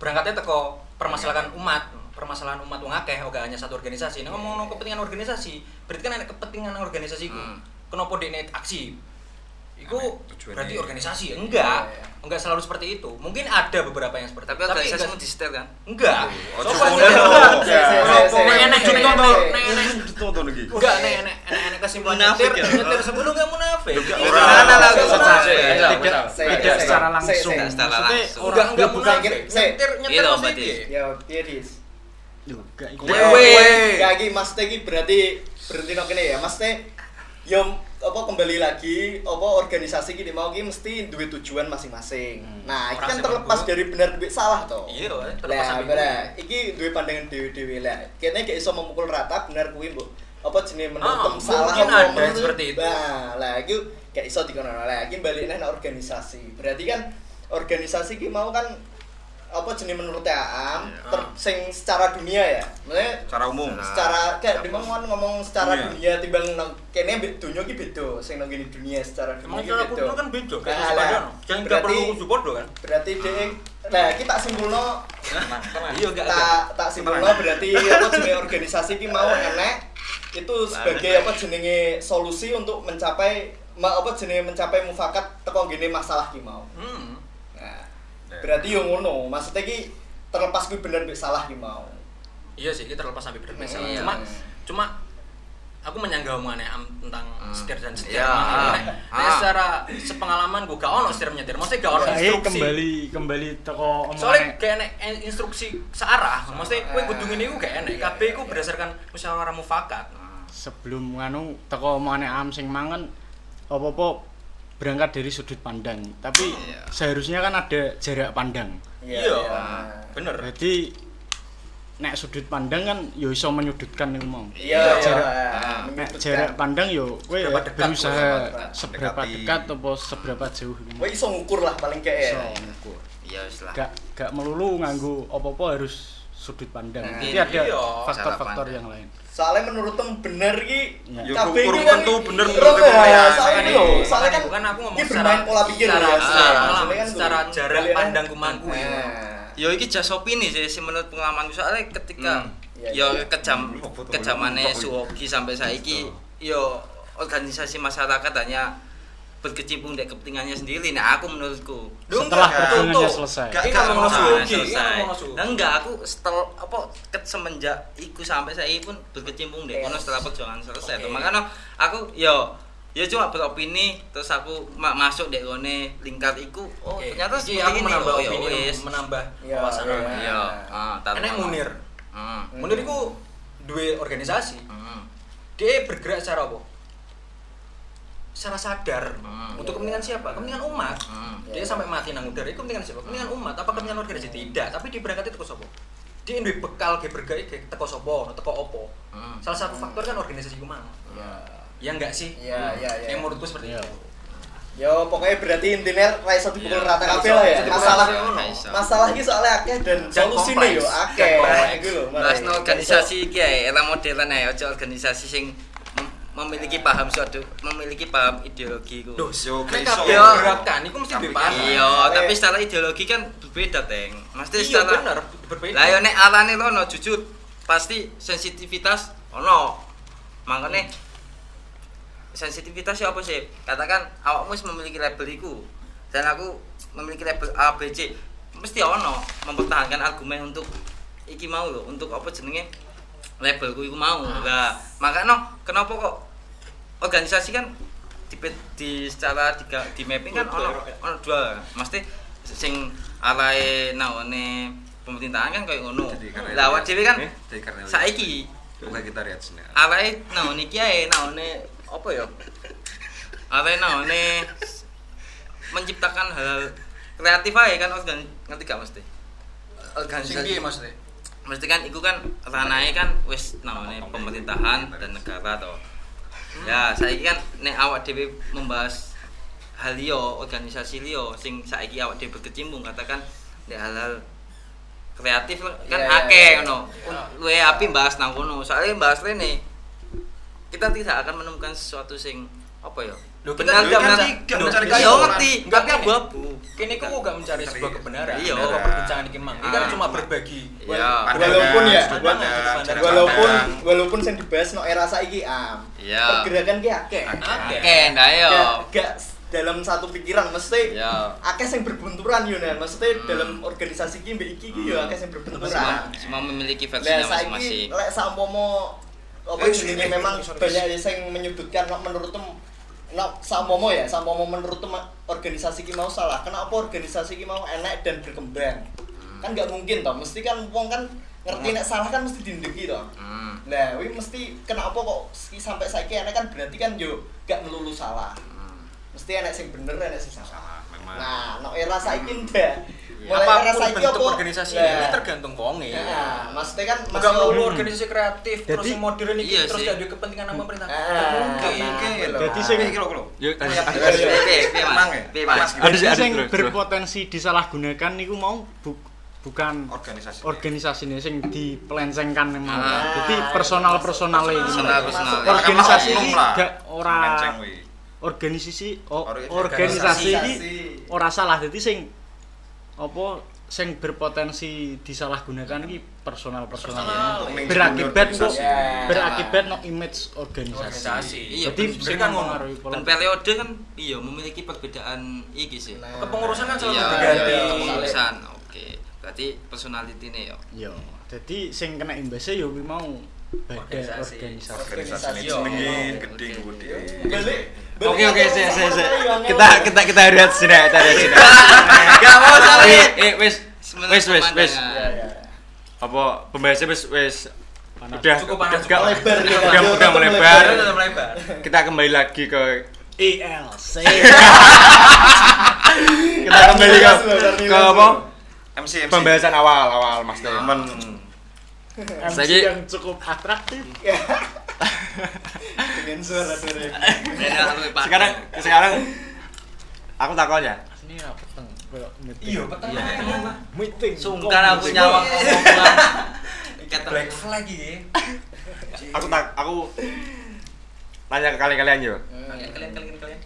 S3: berangkatnya teko
S5: Iya.
S3: permasalahan umat permasalahan umat wong akeh ora hanya satu organisasi nek ngomong
S5: Iya.
S3: kepentingan organisasi berarti kan enek kepentingan organisasi iku
S7: Hmm.
S3: kenapa dekne aksi iku
S10: Enek tujuannya.
S3: berarti organisasi ya? enggak
S5: Iya, iya.
S3: enggak selalu seperti itu mungkin ada beberapa yang seperti
S7: tapi
S3: itu
S7: organisasimu
S3: enggak-
S7: di setel kan
S3: enggak
S10: Ojo
S3: Sopan
S10: ngomong.
S3: enggak.
S5: Sik, sik, sik, sik.
S3: Pokoknya enek
S5: Sik,
S3: contoh
S5: sik.
S3: tuh, nek enek
S10: Tonton lagi.
S3: enggak nek enek enek enek kesimpulan
S4: Munafik
S3: nyetir
S4: ya?
S3: nyetir sebelum enggak munafik Iya.
S10: orang.
S3: Gimana lah,
S5: Sik,
S3: gimana?
S5: sik, sik.
S6: tidak
S5: Sik,
S6: tidak
S5: sik,
S6: secara
S5: sik,
S6: langsung
S5: sik, sik.
S7: secara
S6: Maksudnya oh,
S7: langsung.
S3: enggak
S6: orang
S3: enggak
S5: bukan
S3: munafik
S5: gitu. Sik.
S3: nyetir nyetir
S7: Iya, Om
S3: maksudnya
S7: Badis.
S3: piye?
S5: Ya, piye, Dis?
S6: Duh, enggak ikut.
S3: Dewe.
S5: Ya iki Mas Teh iki berarti berhenti nang kene ya. Mas Teh yo apa kembali lagi apa organisasi iki mau iki mesti duwe tujuan masing-masing. Nah,
S3: Hmm. Orang
S5: iki kan
S3: sing
S5: terlepas
S3: berdua.
S5: dari benar duwe salah to.
S3: Iya, terlepas
S5: Lah,
S3: sampe
S5: lah, iki duwe pandangan dhewe-dhewe lah. Kene gak iso memukul rata benar kuwi, Mbok. Apa jenenge
S3: Ah,
S5: menutup salah
S3: mungkin
S5: apa
S3: ada
S5: menurut-
S3: seperti itu.
S5: Nah, lah iki gak iso dikono lah. Iki balik nang organisasi. Berarti kan organisasi iki mau kan apa jenis menurut Aam ter, sing secara dunia ya maksudnya
S10: Secara umum.
S3: Nah,
S5: secara kayak dia kan ngomong secara
S3: Iya.
S10: Dunia.
S5: dunia timbang nang kene be- dunia ki beda sing nang gini dunia secara dunia
S3: Emang
S5: ki
S3: cara
S5: beda.
S3: kultur kan beda, kan?
S5: Nah,
S3: Sepadan,
S5: lah.
S3: no? Jangan nggak
S5: berarti
S3: perlu kudu bodoh, kan?
S5: berarti dia nah kita simpulno
S3: [laughs] Iya enggak ada.
S5: tak tak simpulno berarti apa jenis organisasi ki mau enek itu sebagai apa jenenge solusi untuk mencapai ma, apa jenenge mencapai mufakat teko gini masalah ki mau
S3: Hmm.
S5: Nah, berarti yo ngono, maksudnya ki terlepas kuwi bener mbek salah ki mau.
S3: Iya sih, kita terlepas sampai berbeda.
S7: Iya.
S3: Cuma cuma aku menyanggah omongannya Am tentang setir dan setir.
S7: Iya, ah,
S3: Nek, nek
S7: ah.
S3: secara sepengalaman gue gak ono setir menyetir. Maksudnya gak ono
S6: Saya
S3: instruksi.
S6: kembali kembali teko
S3: Soalnya
S6: omongan
S3: kayak nek en- instruksi searah. Maksudnya gue kudu ini gue gak enak.
S5: Iya,
S3: KB
S5: iya,
S3: gue
S5: iya.
S3: berdasarkan musyawarah mufakat.
S6: sebelum nganu teko omongane am sing mangan apa-apa berangkat dari sudut pandang. Tapi seharusnya kan ada jarak pandang.
S3: Iya. Bener.
S6: Berarti nek sudut pandang kan yo iso menyudutkan nih mau.
S5: Iya, iya.
S6: Jarak-
S5: Ah,
S6: Nek
S5: menyudutkan.
S6: jarak pandang yo kowe
S3: Seberapa dekat,
S5: seberapa
S6: berusaha
S5: dekat.
S6: seberapa
S10: Dekati.
S6: dekat apa seberapa jauh gitu.
S5: Kowe iso ngukur lah paling kayak
S6: Iso
S5: ya.
S6: ngukur.
S7: iya wis lah
S6: Gak gak melulu nganggo apa-apa harus sudut pandang.
S5: Nah,
S6: Jadi ada
S3: iya.
S7: Cara
S6: faktor-faktor
S7: pandang.
S6: yang lain.
S5: Soalnya menurut tem bener ki
S6: Ya,
S5: kabeh
S10: ukur
S5: ini kan
S10: tentu bener
S5: Terus,
S10: menurut
S5: ya,
S10: pemerintah.
S5: soalnya
S3: Makanya
S5: ini loh,
S3: ini,
S5: soalnya kan
S3: makanya bukan aku ngomong
S5: ini
S3: secara-
S5: bermain pola pikir
S3: secara-
S5: ya,
S3: secara-
S5: maksudnya kan
S3: secara
S5: tuh,
S3: jarak
S5: kalian kan-
S3: pandangku mangku ya.
S5: Nah,
S7: yo iki jas opini sih sih menurut pengalamanku soalnya ketika
S3: Hmm.
S5: Iya,
S7: yo kejam
S10: Hmm, foto
S7: kejamane
S10: dulu.
S7: Suwoki sampai saiki yo organisasi masyarakat hanya berkecimpung dek kepentingannya sendiri nah aku menurutku
S6: Setelah
S3: enggak,
S6: perjuangannya
S3: tuh.
S6: selesai.
S3: Ini kan ngomong
S7: Nah,
S3: Suwoki, ini
S7: selesai.
S3: ngomong Suwoki.
S7: Nah, enggak aku setel apa ket semenjak iku sampai saiki pun berkecimpung dek kono setelah perjuangan selesai tuh.
S3: Oke.
S7: makanya aku yo ya cuma beropini terus aku ma- masuk dek kone lingkar iku oh
S3: Oke. Iki
S7: ternyata seperti
S3: aku
S7: ini
S3: menambah
S7: oh ya
S3: opini,
S7: wis
S3: menambah
S5: Iya,
S3: wawasan.
S5: iya.
S7: Iya, ah, taruh
S3: Enek
S7: mana.
S3: Munir.
S7: Hmm.
S3: Munir iku duwe organisasi.
S7: Hmm.
S3: Dia bergerak secara apa? Secara sadar.
S7: Hmm.
S3: Untuk kepentingan siapa? Kepentingan umat.
S7: Hmm.
S3: Dia sampai mati nang udara. Itu kepentingan siapa? Kepentingan umat. Apa kepentingan organisasi? Tidak. Tapi dia berangkat itu sapa? Dia duwe bekal ge bergerak ge teko sapa, teko opo.
S7: Hmm.
S3: Salah satu faktor kan organisasi umang.
S5: Iya.
S3: Ya enggak sih?
S5: Iya, iya, iya.
S3: Yang menurutku seperti
S6: Iya.
S3: itu.
S5: Yo pokoknya berarti intinya Raisa dipukul rata kabeh lah ya.
S3: Iya, Jadi,
S5: Masalah
S7: Iya,
S3: ono.
S5: masalah iki soalnya akeh dan
S3: Dan
S5: solusi
S3: kompleks.
S5: nih yo akeh Nah,
S3: Dan kompleks.
S5: iku lho
S7: Bahas no organisasi iki ae, era modern ae aja organisasi sing mem- memiliki paham suatu memiliki paham ideologi iku.
S3: Duh,
S10: Yo,
S3: nek
S10: besok.
S3: kabeh
S7: Yo.
S3: gerakan iku mesti duwe paham.
S7: Iya,
S5: Soalnya-
S7: tapi secara ideologi kan berbeda, Teng. Mesti
S3: Iya
S7: secara
S3: bener, berbeda.
S7: Lah yo nek arane lono jujur
S3: pasti sensitivitas ono makanya sensitivitas ya apa sih katakan awakmu wis memiliki label iku dan aku memiliki label A B C mesti ono mempertahankan argumen untuk iki mau loh untuk apa jenenge labelku iku mau lah makanya kenapa kok organisasi kan di, di secara di, di mapping kan ono ono dua mesti sing alae naone pemerintahan kan kayak ngono
S4: Jadi karena itu
S3: lah awak
S4: ya.
S3: dhewe kan
S4: Eh, jadi karena itu.
S3: saiki Ah,
S4: Bukan kita lihat sini.
S3: alae naone iki ae naone apa ya alae naone menciptakan hal kreatif ae kan organ ngerti gak mesti
S7: Sing piye maksudnya?
S3: mesti kan iku kan ranahnya kan wis namanya pemerintahan dan negara toh ya saiki kan nek awak dhewe membahas hal liyo organisasi liyo sing saiki awak dhewe berkecimpung katakan nek hal-hal kreatif kan
S5: Iya, iya, iya,
S3: akeh
S5: iya.
S3: ngono luwe api bahas nang kono soalnya bahas rene kita tidak akan menemukan sesuatu sing apa ya
S7: Loh, kita
S3: benar gak
S7: juga kan
S3: benar
S7: sih, gak mencari
S3: iya
S7: kebenaran.
S3: ngerti
S7: Enggak,
S3: tapi
S7: ini-
S3: abu-abu
S7: Kini aku gak mencari sebuah kebenaran.
S3: Iya.
S7: Apa perbincangan iki mang? Ini kan
S3: Ah.
S7: cuma berbagi.
S3: iya
S4: Pandangan,
S5: Walaupun ya,
S4: sudut
S5: wal-
S4: pandang,
S7: sudut pandang.
S4: cara
S5: walaupun
S4: pandang.
S5: walaupun sing dibahas no era saiki am
S3: Iya.
S5: pergerakan ki akeh
S3: oke ndak iya. yo
S7: Iya,
S5: Gak- gak s- dalam satu pikiran mesti
S3: Iya.
S5: akeh sing berbenturan yo Nan. mesti dalam organisasi ki mbek iki ki yo akeh sing
S3: semua,
S5: berbenturan
S3: semua memiliki
S5: Lah
S3: versinya
S5: saiki
S3: masing-masing
S5: lek sampomo apa jenenge memang banyak sing menyudutkan nek menurutmu nek sampomo ya sampomo menurutmu ma- organisasi ki mau salah kenapa organisasi ki mau enak dan berkembang
S7: Hmm.
S5: kan nggak mungkin toh mesti kan wong kan ngerti nek salah kan mesti dindeki toh
S3: Hmm.
S5: nah wi mesti kenapa kok si- sampai saiki enak kan berarti kan yo gak melulu salah
S7: Hmm.
S5: mesti enak sing bener enak sing salah
S4: Salah, memang.
S5: nah nek era saiki ndak
S7: Iya. Apapun bentuk organisasi ini
S5: nah,
S7: tergantung wonge.
S5: nah, maksudnya kan
S7: Enggak perlu
S5: ono-
S7: organisasi kreatif terus
S6: Jadi-
S7: yang modern iki
S3: Iya
S7: terus
S3: sih.
S7: jadi kepentingan nama pemerintah. Nggak
S5: Ah,
S7: mungkin.
S5: mungkin.
S6: Jadi
S4: Nah,
S6: sing
S5: kan-
S4: iki lho, iki lho.
S1: Yuk, tadi
S3: Oke, oke, oke, Mas.
S4: Emang ya?
S3: Oke, eh, Mas.
S4: Mas,
S1: [laughs] Ada sih,
S6: Jadi
S1: ada
S6: sing
S1: bro, bro.
S6: berpotensi disalahgunakan niku mau bu- bukan
S4: organisasi.
S6: organisasi ini sing dipelencengkan memang.
S3: Ah.
S6: Jadi personal-personale iki.
S3: Personal, personal.
S6: Organisasi
S4: Makam
S6: ini
S4: makmum lah.
S6: gak ora
S4: Melenceng, wi.
S6: organisasi o-
S4: Or-
S6: organisasi ini
S5: organisasi.
S6: ora salah dadi sing apa sing berpotensi disalahgunakan iki personal personal berakibat kok
S4: Organisasi.
S5: Ya.
S6: berakibat no image organisasi
S7: Organisasi.
S3: Iya,
S6: jadi
S7: bener.
S6: sing
S7: Kan ngono.
S6: mempengaruhi pola
S3: dan periode kan iya memiliki perbedaan iki sih
S7: Kepengurusan kan selalu
S3: iya
S7: berganti.
S3: iya, kepengurusan oke berarti personality nih ya
S7: Nah,
S6: yo jadi sing kena imbasnya yo kuwi mau badai
S7: Organisasi.
S6: organisasi
S4: Organisasi oh, ini
S5: Yo.
S4: jenenge gede gede.
S5: Balik.
S1: Oke oke,
S5: Balik.
S1: sih sih sih.
S5: Balik.
S1: Kita kita kita lihat sini, kita lihat sini.
S3: gak [laughs] mau
S1: Eh eh wis wis wis wis.
S3: Iya.
S5: Ya, ya.
S1: Apa pembahasannya wis wis
S6: Nah, Panas.
S1: udah
S7: Cukup
S1: udah
S7: panas,
S1: gak-
S7: cukup
S5: lebar,
S1: udah-
S5: cukup
S1: udah
S5: lebar.
S1: melebar.
S7: Terus tetap lebar.
S1: Kita kembali lagi ke
S6: E ELC
S1: [laughs] kita kembali ke ke apa?
S4: MC MC.
S1: Pembahasan awal awal Mas Teh.
S4: Temen.
S6: MC
S1: Saiki-
S6: yang cukup atraktif
S5: Dengan suara suara.
S1: Sekarang sekarang aku takon ya.
S6: ini apa teng Kayak meeting.
S7: Iya, peteng.
S6: meeting
S3: sungkan aku nyawa ngomongan. Kata-
S7: Black flag iki.
S1: Aku tak aku tanya ke kalian-kalian yuk.
S7: Kalian kalian kalian kalian.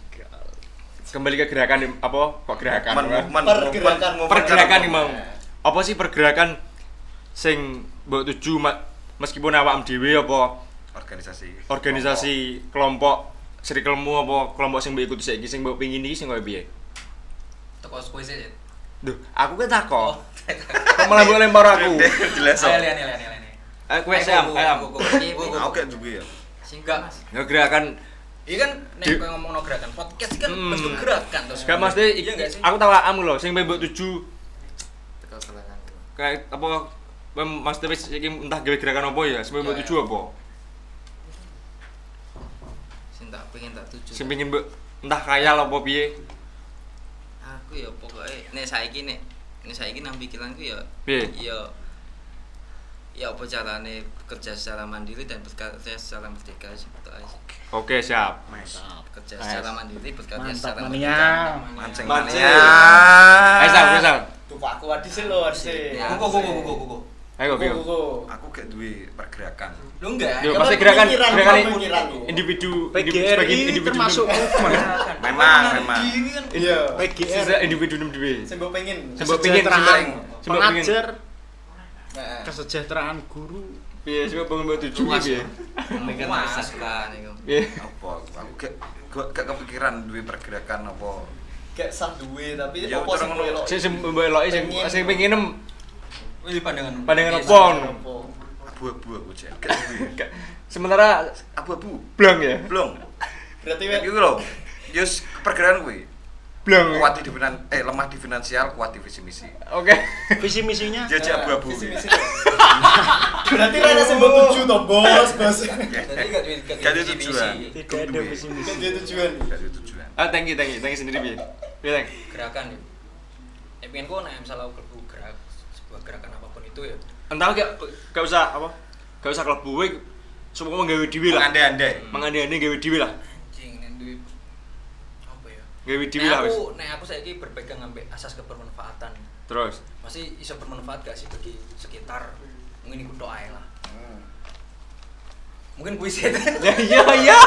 S1: Kembali ke gerakan di- apa? Kok gerakan?
S4: Temen,
S1: Mas?
S4: movement,
S5: Pergerakan.
S4: movement,
S1: pergerakan nih
S4: movement.
S1: mau apa sih pergerakan sing mbok tuju ma- meskipun awak dhewe apa
S4: Organisasi.
S1: organisasi kelompok circlemu apa kelompok sing mbok ikuti saiki sing mbok pingin iki sing koyo piye
S7: Toko kuis aja.
S1: Duh, aku kan takon.
S7: Oh. [laughs]
S1: Kok malah mbok lempar aku.
S4: Jelas.
S7: Ayo Ah, lihat lihat lihat lihat.
S1: Eh, kowe sam,
S7: Aku,
S1: ayo. Am.
S7: aku, aku, aku, aku, aku.
S4: Aku kayak juga ya.
S7: Enggak.
S1: Ya gerakan
S7: Iya kan nek
S1: Di-
S7: kowe ngomong no gerakan podcast kan
S1: Hmm.
S7: bentuk gerakan terus.
S1: gak mesti
S7: Iya enggak sih?
S1: aku tawa am lho sing mbok tuju
S7: Teko gerakan.
S1: kayak apa mem- Mas Tewis iki entah gawe gerakan apa ya, sing mbok
S7: Ya,
S1: tuju apa?
S3: sing tak pengen tak tuju
S1: Sing pengin mbok entah kaya apa piye?
S3: aku ya pokoknya nek saiki nek nek saiki nang pikiranku ya
S1: Piye?
S3: ya ya apa carane bekerja secara mandiri dan bekerja secara merdeka sih itu aja sih.
S1: Oke, siap.
S3: bekerja secara mandiri bekerja
S6: Mantap,
S3: secara
S6: Mania.
S3: merdeka
S4: Mancing.
S1: Mancing.
S4: Mania.
S1: Ayo, Sam, ayo, Sam.
S5: Tuh Pak, aku adi sih lho, sih.
S7: Go go go go go go, go.
S1: Ayo,
S5: Kuku,
S1: Bio.
S5: kuku.
S4: Aku kayak duwe pergerakan.
S7: Lu enggak.
S1: Yo,
S5: Karena
S1: pasti gerakan
S5: pemikiran,
S1: gerakan
S5: pemikiran.
S1: individu individu sebagai
S6: PGRI
S1: individu
S6: termasuk [laughs] movement
S4: Memang,
S5: kan
S4: memang.
S5: Iya.
S1: Sisa
S6: PGR
S1: individu enam dewe.
S5: Saya mau pengen.
S1: Sebab pengin
S6: Kesejahteraan
S1: sebab pengin
S6: pengajar
S1: [laughs]
S5: Nah,
S6: kesejahteraan guru
S1: Piye sing pengen mbok tuju
S7: Luas,
S1: piye?
S7: ya. Memikirkan persatuan itu.
S1: Piye?
S4: apa aku gak gak- gak kepikiran duwe pergerakan apa
S5: Gak sah duwe tapi
S4: Ya,
S5: apa
S4: cara
S5: sing
S4: ngono.
S5: kowe
S1: Sing sing mbok eloki sing
S5: Pengen.
S1: sing pengen nem
S3: Wih pandangan.
S1: pandangan
S3: Iya,
S1: apa ngono.
S5: Apa?
S4: abu-abu aku cek Gak duwe.
S1: Gak- Sementara
S4: abu-abu
S1: blang ya.
S4: belum
S5: Berarti
S4: Kayak
S5: we
S4: gitu loh Yus pergerakan gue
S1: Blang.
S4: kuat di finan eh lemah di finansial kuat di visi misi
S1: Oke. [laughs]
S6: Visi misinya
S4: jadi abu-abu
S5: visi misi. [laughs] Berarti ra ada sebuah tuju to, Bos, Bos. [laughs]
S3: Jadi gak duit
S4: gak ada tujuan
S6: tidak ada visi misi.
S5: Kan dia tujuan.
S4: gak ada tujuan
S1: Ah, thank you, thank you, thank you sendiri piye? Piye thank?
S3: gerakan ya. Ya pengen ku nek misalnya aku kelebu gerak sebuah gerakan apapun itu ya.
S1: Entah gak gak usah apa? Gak usah klub gue semua nggawe dhewe lah.
S4: andai-andai
S1: Mengandai-andai gawe dhewe lah.
S3: Anjing nek duit apa ya?
S1: Gawe dhewe
S3: Nek
S1: lah wis.
S3: aku nek aku saiki berpegang ambek asas kebermanfaatan.
S1: Terus. [laughs]
S3: Masih iso bermanfaat gak sih bagi sekitar? Mungkin iku tok ae lah. Mungkin [laughs] kuis itu.
S1: Ya iya iya.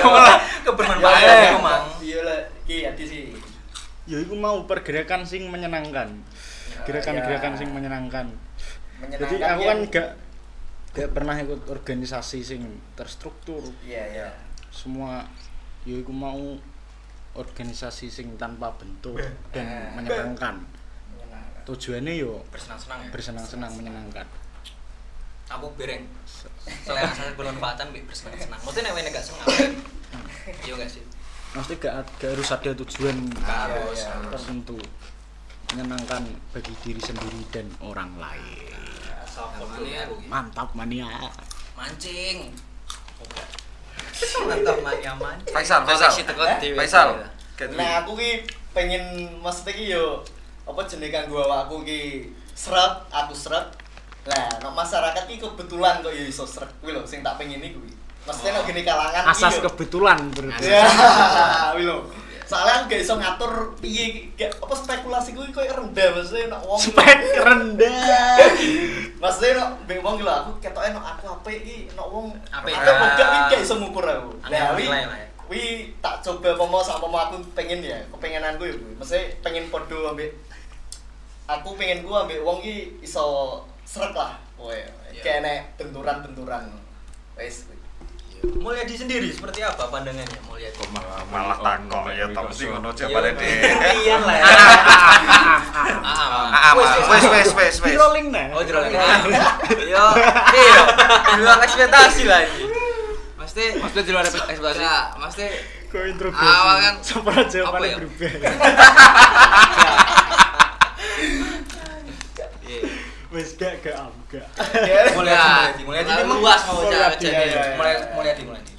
S1: Kok malah
S3: kebermanfaatan
S1: Ya,
S3: iku mang.
S5: Iya lah, iki adi sih.
S6: Ya iku mau pergerakan sing menyenangkan. Gerakan-gerakan sing menyenangkan. Jadi
S5: Ya, Menyenangkan
S6: aku kan
S5: yang-
S6: gak gak pernah ikut organisasi sing terstruktur
S5: Iya, iya.
S6: semua ya iku mau organisasi sing tanpa bentuk
S7: Eh.
S6: dan menyenangkan.
S5: Menyenangkan.
S6: Tujuannya yo
S3: Bersenang-senang ya.
S6: bersenang-senang menyenangkan.
S3: aku bereng selain asal bermanfaatan bi bersenang-senang maksudnya nek wene gak seneng apa? iya gak sih
S6: Mesti gak, gak harus ada tujuan
S7: Iya,
S3: harus
S6: tertentu menyenangkan bagi diri sendiri dan orang lain.
S3: ini aku gitu.
S6: Mantap mania.
S3: mancing mantap Ya, mania mancing
S4: Faisal Faisal
S7: Koleksi teko dhewe.
S4: Faisal gak duwe.
S5: Nah, aku ki pengen maksudnya ki yo apa jenenge kanggo awakku ki seret, aku seret. Lah, nek masyarakat ki kebetulan kok yo iso seret kuwi lho sing tak pengen iki kuwi. Maksudnya
S4: Oh.
S5: nek gini kalangan ki
S6: Asas
S5: yo-
S7: Iya.
S6: kebetulan berarti. [laughs]
S5: Ya, kuwi lho. Soalnya aku gak iso ngatur piye gak- apa spekulasi kuwi koyo rendah maksudnya nek wong [laughs]
S6: Spek rendah.
S5: Maksudnya nek mbek wong ki lho aku ketoke nek aku apik iki nek wong
S3: Apik.
S5: apik apa gak iki gak iso ngukur aku.
S3: Angel
S5: Lah, kuwi-
S3: nilai lah ya.
S5: Wi tak coba apa mau sama mau aku pengen ya, kepengenanku ya, Bu. Mesti pengen podo ambek aku pengen gua ambek wong ki iso srek lah. Kowe
S3: Iya.
S5: kayak nek benturan-benturan. Wes. kuwi.
S3: mulia di sendiri seperti apa pandangannya mulia di
S4: Malah- malah
S1: Oh,
S4: takok ya tak mesti ngono
S7: Iya,
S4: aja balik deh
S3: Rian
S5: [laughs]
S3: lah ya
S4: Ah,
S7: iya.
S4: wes wes wes wes
S6: Di
S4: wes
S6: rolling nah.
S3: oh jelas yo [laughs] iya di luar ekspektasi lagi
S7: Mesti
S1: maksudnya di luar ekspektasi.
S7: Nah, mesti
S6: Kau introversi.
S7: Awal kan-
S6: Supra
S7: ya?
S6: jawabannya
S7: [laughs]
S6: berubah. [laughs]
S7: Iya.
S6: Wes gak gak am, gak.
S5: Iya.
S3: mulia di mulia di memang luas mau cara
S6: Mulia di,
S3: jadi
S6: iya, iya.
S3: mulia mulia di mulia di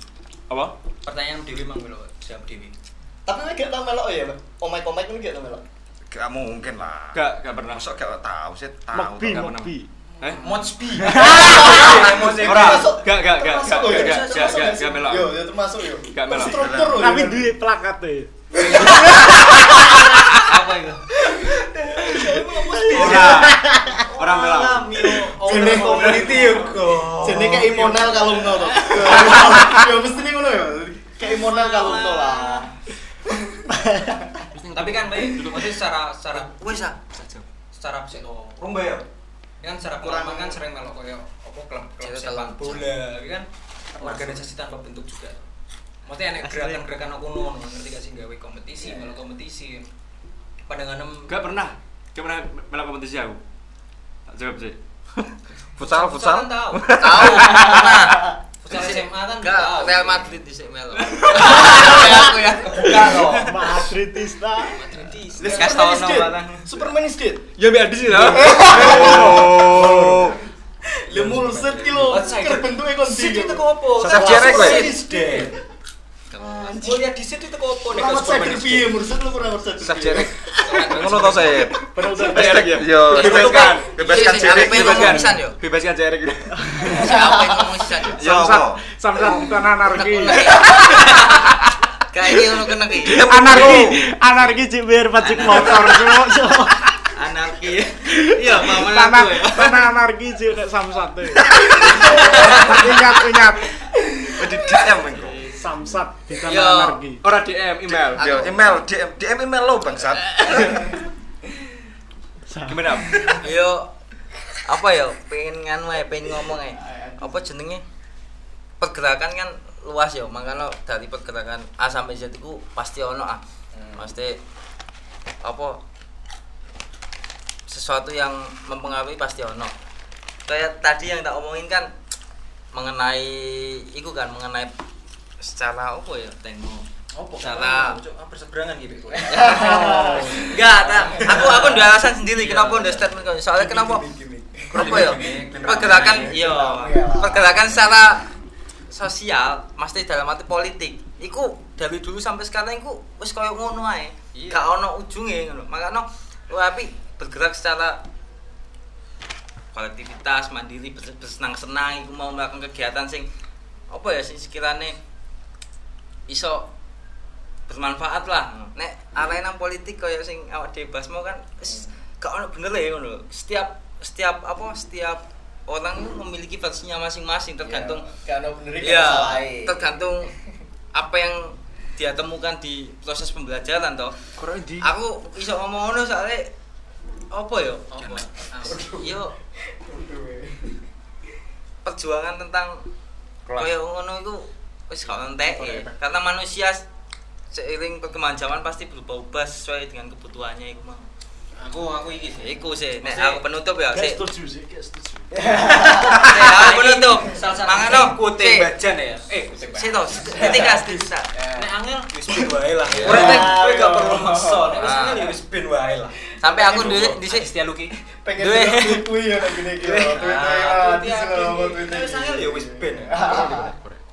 S1: Apa?
S3: pertanyaan dewi mang belum siap dewi
S5: Tapi kowe gak tau melok ya, omek-omek kuwi gak tau melok.
S4: gak mungkin lah
S1: Gak gak pernah.
S4: masuk gak tahu sih tahu
S6: Mokbi,
S4: gak pernah
S6: mokbi.
S1: Eh?
S3: Motsby
S1: Ora,
S5: Termasuk-
S1: gak gak gak
S5: termasuk
S1: gak
S5: loh ya,
S1: gak gak
S5: termasuk
S1: gak
S5: sih?
S1: gak melok.
S5: Yo, ya termasuk yo.
S1: Gak melok.
S5: Struktur loh.
S6: Tapi
S5: ya.
S6: duwe plakate.
S3: apa itu
S1: Ora. Ora melok.
S5: Jeneng community yo kok. Jeneng kayak imonal kalau ngono to. Yo mesti nih ngono ya. Kayak imonal kalau ngono lah.
S3: tapi kan baik maksudnya secara secara
S7: wis ah.
S3: secara sik to rumba ya kan secara
S5: Kurang-
S3: pengalaman kan sering melok koyo apa klub klub
S7: Cewek
S3: sepak
S7: tolong.
S3: bola gitu kan organisasi tanpa bentuk juga maksudnya enek gerakan-gerakan aku ngono ngerti gak sih gawe kompetisi
S7: Iya.
S3: melok kompetisi pandangan em
S1: Gak pernah. Gak pernah melok kompetisi aku. Tak jawab sih.
S4: futsal
S3: kan
S4: futsal
S3: tahu
S7: [laughs] Tahu.
S3: futsal SMA kan
S7: Enggak,
S3: tahu
S7: Real Madrid dhisik melo. Ya aku ya.
S3: kebuka kok
S6: Madridista.
S3: Madridis
S5: Lah,
S7: Kas
S5: Superman is
S7: tau
S5: dead.
S7: barang.
S5: Superman is dead.
S1: Ya biar di sini lah. Oh. [laughs]
S5: Lah mulset ki lho.
S3: Outsider.
S5: Ker bentuke kon ndi.
S3: City itu apa?
S4: Sosok jerek kowe.
S3: City is dead. Mulia di situ itu apa? Nek
S5: Kurang
S3: Superman
S5: outsider
S3: is
S5: piye
S3: dead.
S5: murset lu kurang outsider.
S4: Sep
S5: piye?
S4: jerek ngono tau sep
S6: Padahal udah
S1: Jerek ya.
S4: yo
S1: Bebaskan.
S4: Iya, bebaskan
S7: Iya, sih,
S4: jerek
S7: Arepe ngomong
S1: Bebaskan.
S7: pisan yo.
S1: Bebaskan jerek.
S7: Siapa yang ngomong pisan yo?
S4: yo
S7: Iya,
S4: apa?
S6: samsat bukan [laughs] anarki.
S7: Kayak iki ngono kena iki.
S3: gitu.
S6: Anarki, anarki ya. cik biar pacik motor cuk. [laughs] cuk.
S7: Anarki. Iya, mama
S6: Tanah
S7: aku ya.
S6: tanah anarki cik nek samsat tuh. [laughs] Ingat ingat
S4: di DM engko
S7: Iya,
S6: samsat di tanah
S7: Yo.
S6: anarki.
S1: Ora DM email.
S7: iya.
S4: yo Iya, email DM DM email lo bangsat
S1: Gimana?
S7: Yo
S3: apa ya pengen nganu ya pengen ngomong ya apa jenenge pergerakan kan luas ya makanya dari pergerakan A sampai Z itu pasti ono ah pasti apa sesuatu yang mempengaruhi pasti ono kayak tadi yang tak omongin kan mengenai itu kan mengenai secara apa ya tengok
S7: Oh, pokoknya
S3: Salah.
S7: aku, Cuk, ah, berseberangan gitu. [laughs] Cuk.
S3: [laughs] Enggak, tak. Aku aku nduwe alasan sendiri kenapa nduwe statement kau. Soalnya kenapa? Kenapa ya? [laughs] Pergerakan iya. Pergerakan secara sosial, mesti dalam arti politik. Iku dari dulu sampai sekarang iku wis koyo ngono ae. Gak ono ujunge ngono. Makanya tapi bergerak secara kolektivitas mandiri bes- bersenang-senang iku mau melakukan kegiatan sing apa ya sing sekiranya iso bermanfaat lah nek arena politik kayak sing awak dhewe bahas mau kan wis gak ono bener ya ngono lho. setiap setiap apa setiap orang itu memiliki versinya masing-masing tergantung
S5: karena bener
S3: ya
S5: salah
S3: tergantung apa yang dia temukan di proses pembelajaran toh
S1: Kurang di.
S3: aku iso ngomong ngono soalnya apa yo apa Ah. Iya. yo perjuangan tentang
S1: Kelas.
S3: koyo ngono iku wis gak entek ya. karena manusia seiring perkembangan zaman pasti berubah-ubah sesuai dengan kebutuhannya iku mau
S7: Aku aku iki sih.
S3: iku sih nek
S7: Maksudnya-
S3: aku penutup ya sik
S1: sih,
S3: [laughs]
S1: setuju.
S3: Sik, aku penutup
S7: Salah satu
S3: mangan no
S7: kute
S3: sik
S7: bajan ya. Eh, kute bajan.
S3: sik to titik kas titik kas.
S7: Nek angel wis ben wae lah.
S3: Ya.
S7: Kowe tek kowe gak perlu maksa. Nek wis
S3: Ah.
S7: angel ya wis ben wae lah.
S3: sampai aku dhisik dhisik
S7: Setia Luki.
S5: pengen
S3: Duwe.
S5: delok tweet-tweet ya nek gini iki lho. Tweet-tweet ya,
S7: Ah,
S5: di sini lho,
S7: tweet-tweet.
S5: tweet-tweet.
S7: Wis angel ya wis ben.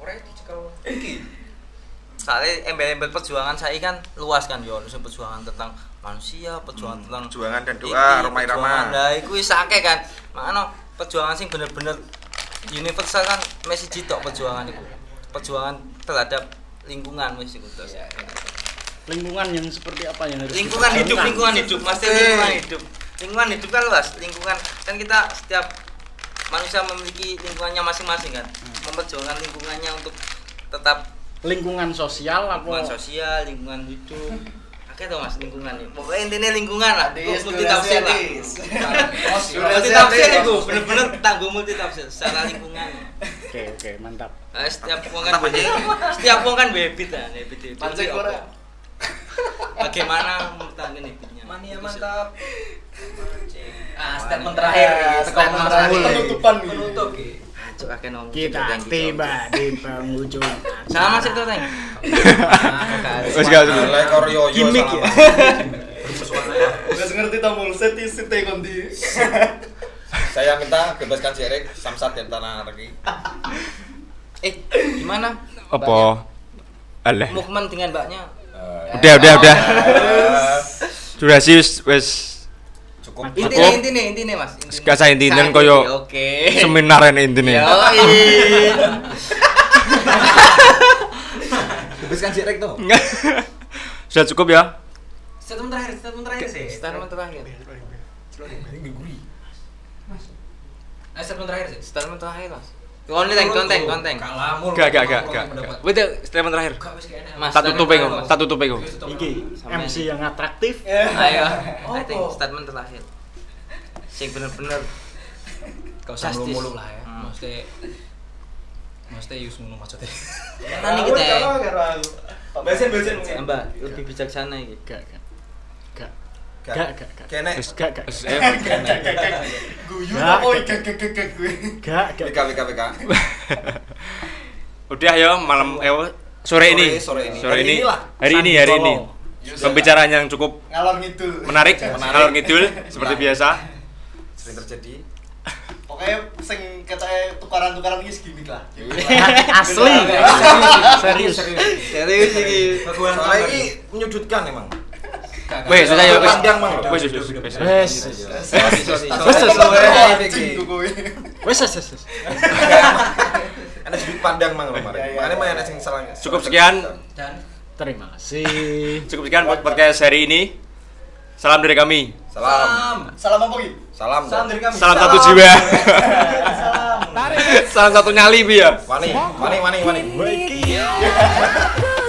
S7: Ora dicekal. Iki.
S3: soalnya embel-embel perjuangan saya kan luas kan yo Maksudnya perjuangan tentang manusia perjuangan
S7: Hmm.
S3: tentang
S4: perjuangan dan
S3: iki,
S4: doa, ah, rumah
S3: perjuangan.
S4: irama.
S3: lah iku wis akeh kan makanya perjuangan sing bener-bener universal kan mesti jitok perjuangan itu perjuangan terhadap lingkungan wis iku terus
S6: lingkungan yang seperti apa yang harus
S3: lingkungan hidup
S6: diperjuangkan?
S3: lingkungan hidup pasti
S4: Eh.
S3: lingkungan hidup lingkungan hidup kan luas lingkungan kan kita setiap manusia memiliki lingkungannya masing-masing kan
S4: Hmm.
S3: memperjuangkan lingkungannya untuk tetap
S6: lingkungan sosial apa
S3: lingkungan sosial, lingkungan hidup. Oke tau mas lingkungan ya. Pokoknya intinya lingkungan lah.
S5: Adis,
S3: Multi multitafsir lah.
S5: Adis.
S3: Multi tafsir itu bener-bener tanggung multi tafsir secara lingkungan.
S6: oke oke mantap
S3: Eh, setiap wong kan setiap wong kan habit lah, habit itu.
S5: Pancing
S3: Jadi
S5: ora.
S3: apa? Bagaimana mempertahankan habitnya?
S7: Mania
S3: Itu sih.
S7: mantap. Ah, statement terakhir
S3: Iya.
S7: iki. Statement
S5: Terakhir, penutupan iki.
S7: penutup iki.
S3: Acuk akeh ngomong.
S6: kita
S3: Thank you,
S6: tiba di penghujung
S3: Cok. Sama sih tuh teng.
S1: Wes gak setuju.
S4: Lek koryo yo
S1: Gimik
S4: salah.
S5: Wis ngerti ta mulset di site kondi.
S4: Saya minta bebaskan si Erik Samsat dan Tanah Regi.
S3: Eh, gimana?
S1: [laughs] Apa? Alah.
S3: Movement dengan mbaknya.
S1: Udah, udah,
S4: [laughs]
S1: udah. Durasi wis wis
S4: Cukup.
S3: Intinya,
S1: Cukup.
S3: intinya, intinya mas. Intinya.
S1: Gak saya intinya
S3: Saat
S1: koyo
S3: ini, Oke. [laughs] Ya,
S1: seminar ini
S4: Ya,
S1: [laughs] intinya.
S4: iya. Bebaskan si Erik tuh.
S1: Sudah cukup ya?
S7: Statement terakhir, statement terakhir sih.
S3: Statement terakhir.
S7: Ah, statement terakhir sih.
S3: Eh, Statement terakhir mas. Konten, konten, konten.
S7: Kalamur.
S1: Gak, gak, gak, gak. Wih, itu statement terakhir.
S7: Gak wis kene.
S3: Mas,
S1: Tak tutup iku, tak tutup iku.
S6: iki
S3: Sampai-
S6: MC yang atraktif
S3: Ayo.
S7: Opo?
S3: I think statement terakhir. Sing bener-bener
S7: Gak usah
S3: Justice.
S7: mulu-mulu lah ya.
S3: Hmm.
S7: Mesti mesti yus ngono maksudnya.
S3: nanti kita ya.
S5: Besen-besen
S3: Mbak lebih bijaksana iki.
S6: gak gak gak gak gak gak
S4: Kene.
S6: Wis gak gak
S1: Wis,
S6: gak
S1: eh,
S5: Guyu
S6: Nah,
S5: apa gak gak gak gak gue.
S6: gak gak
S4: WK WK WK.
S1: Udah ya malam eh sore ini.
S4: Sore,
S1: Sore
S4: sore ini. Hari
S1: ini.
S4: inilah.
S1: Hari ini, hari ini.
S6: Santolo.
S1: Pembicaraan yang cukup
S5: Ngalor ngidul.
S1: menarik, ngalor ngidul seperti biasa.
S4: Sering terjadi.
S5: Pokoknya sing katanya tukaran-tukaran iki gimmick lah.
S6: asli serius
S3: Serius iki.
S4: Soalnya ini menyudutkan emang.
S1: Weh, sudah ya, wis.
S4: Pandang mang.
S1: Wis, wis, wis, wis.
S6: wes
S4: Wis
S5: Anjing tuh gue.
S6: wes wes wes
S4: Ana sudut pandang mang kemarin. Makanya mah ana sing salah.
S1: Cukup sekian.
S7: Dan
S6: terima kasih
S1: Cukup sekian buat podcast hari ini. Salam dari kami.
S4: Salam.
S5: Salam apa iki?
S4: Salam.
S7: salam dari kami.
S1: Salam satu jiwa. [laughs] Salam satu nyali bi ya.
S4: Wani, wani, wani, wani.
S2: Aku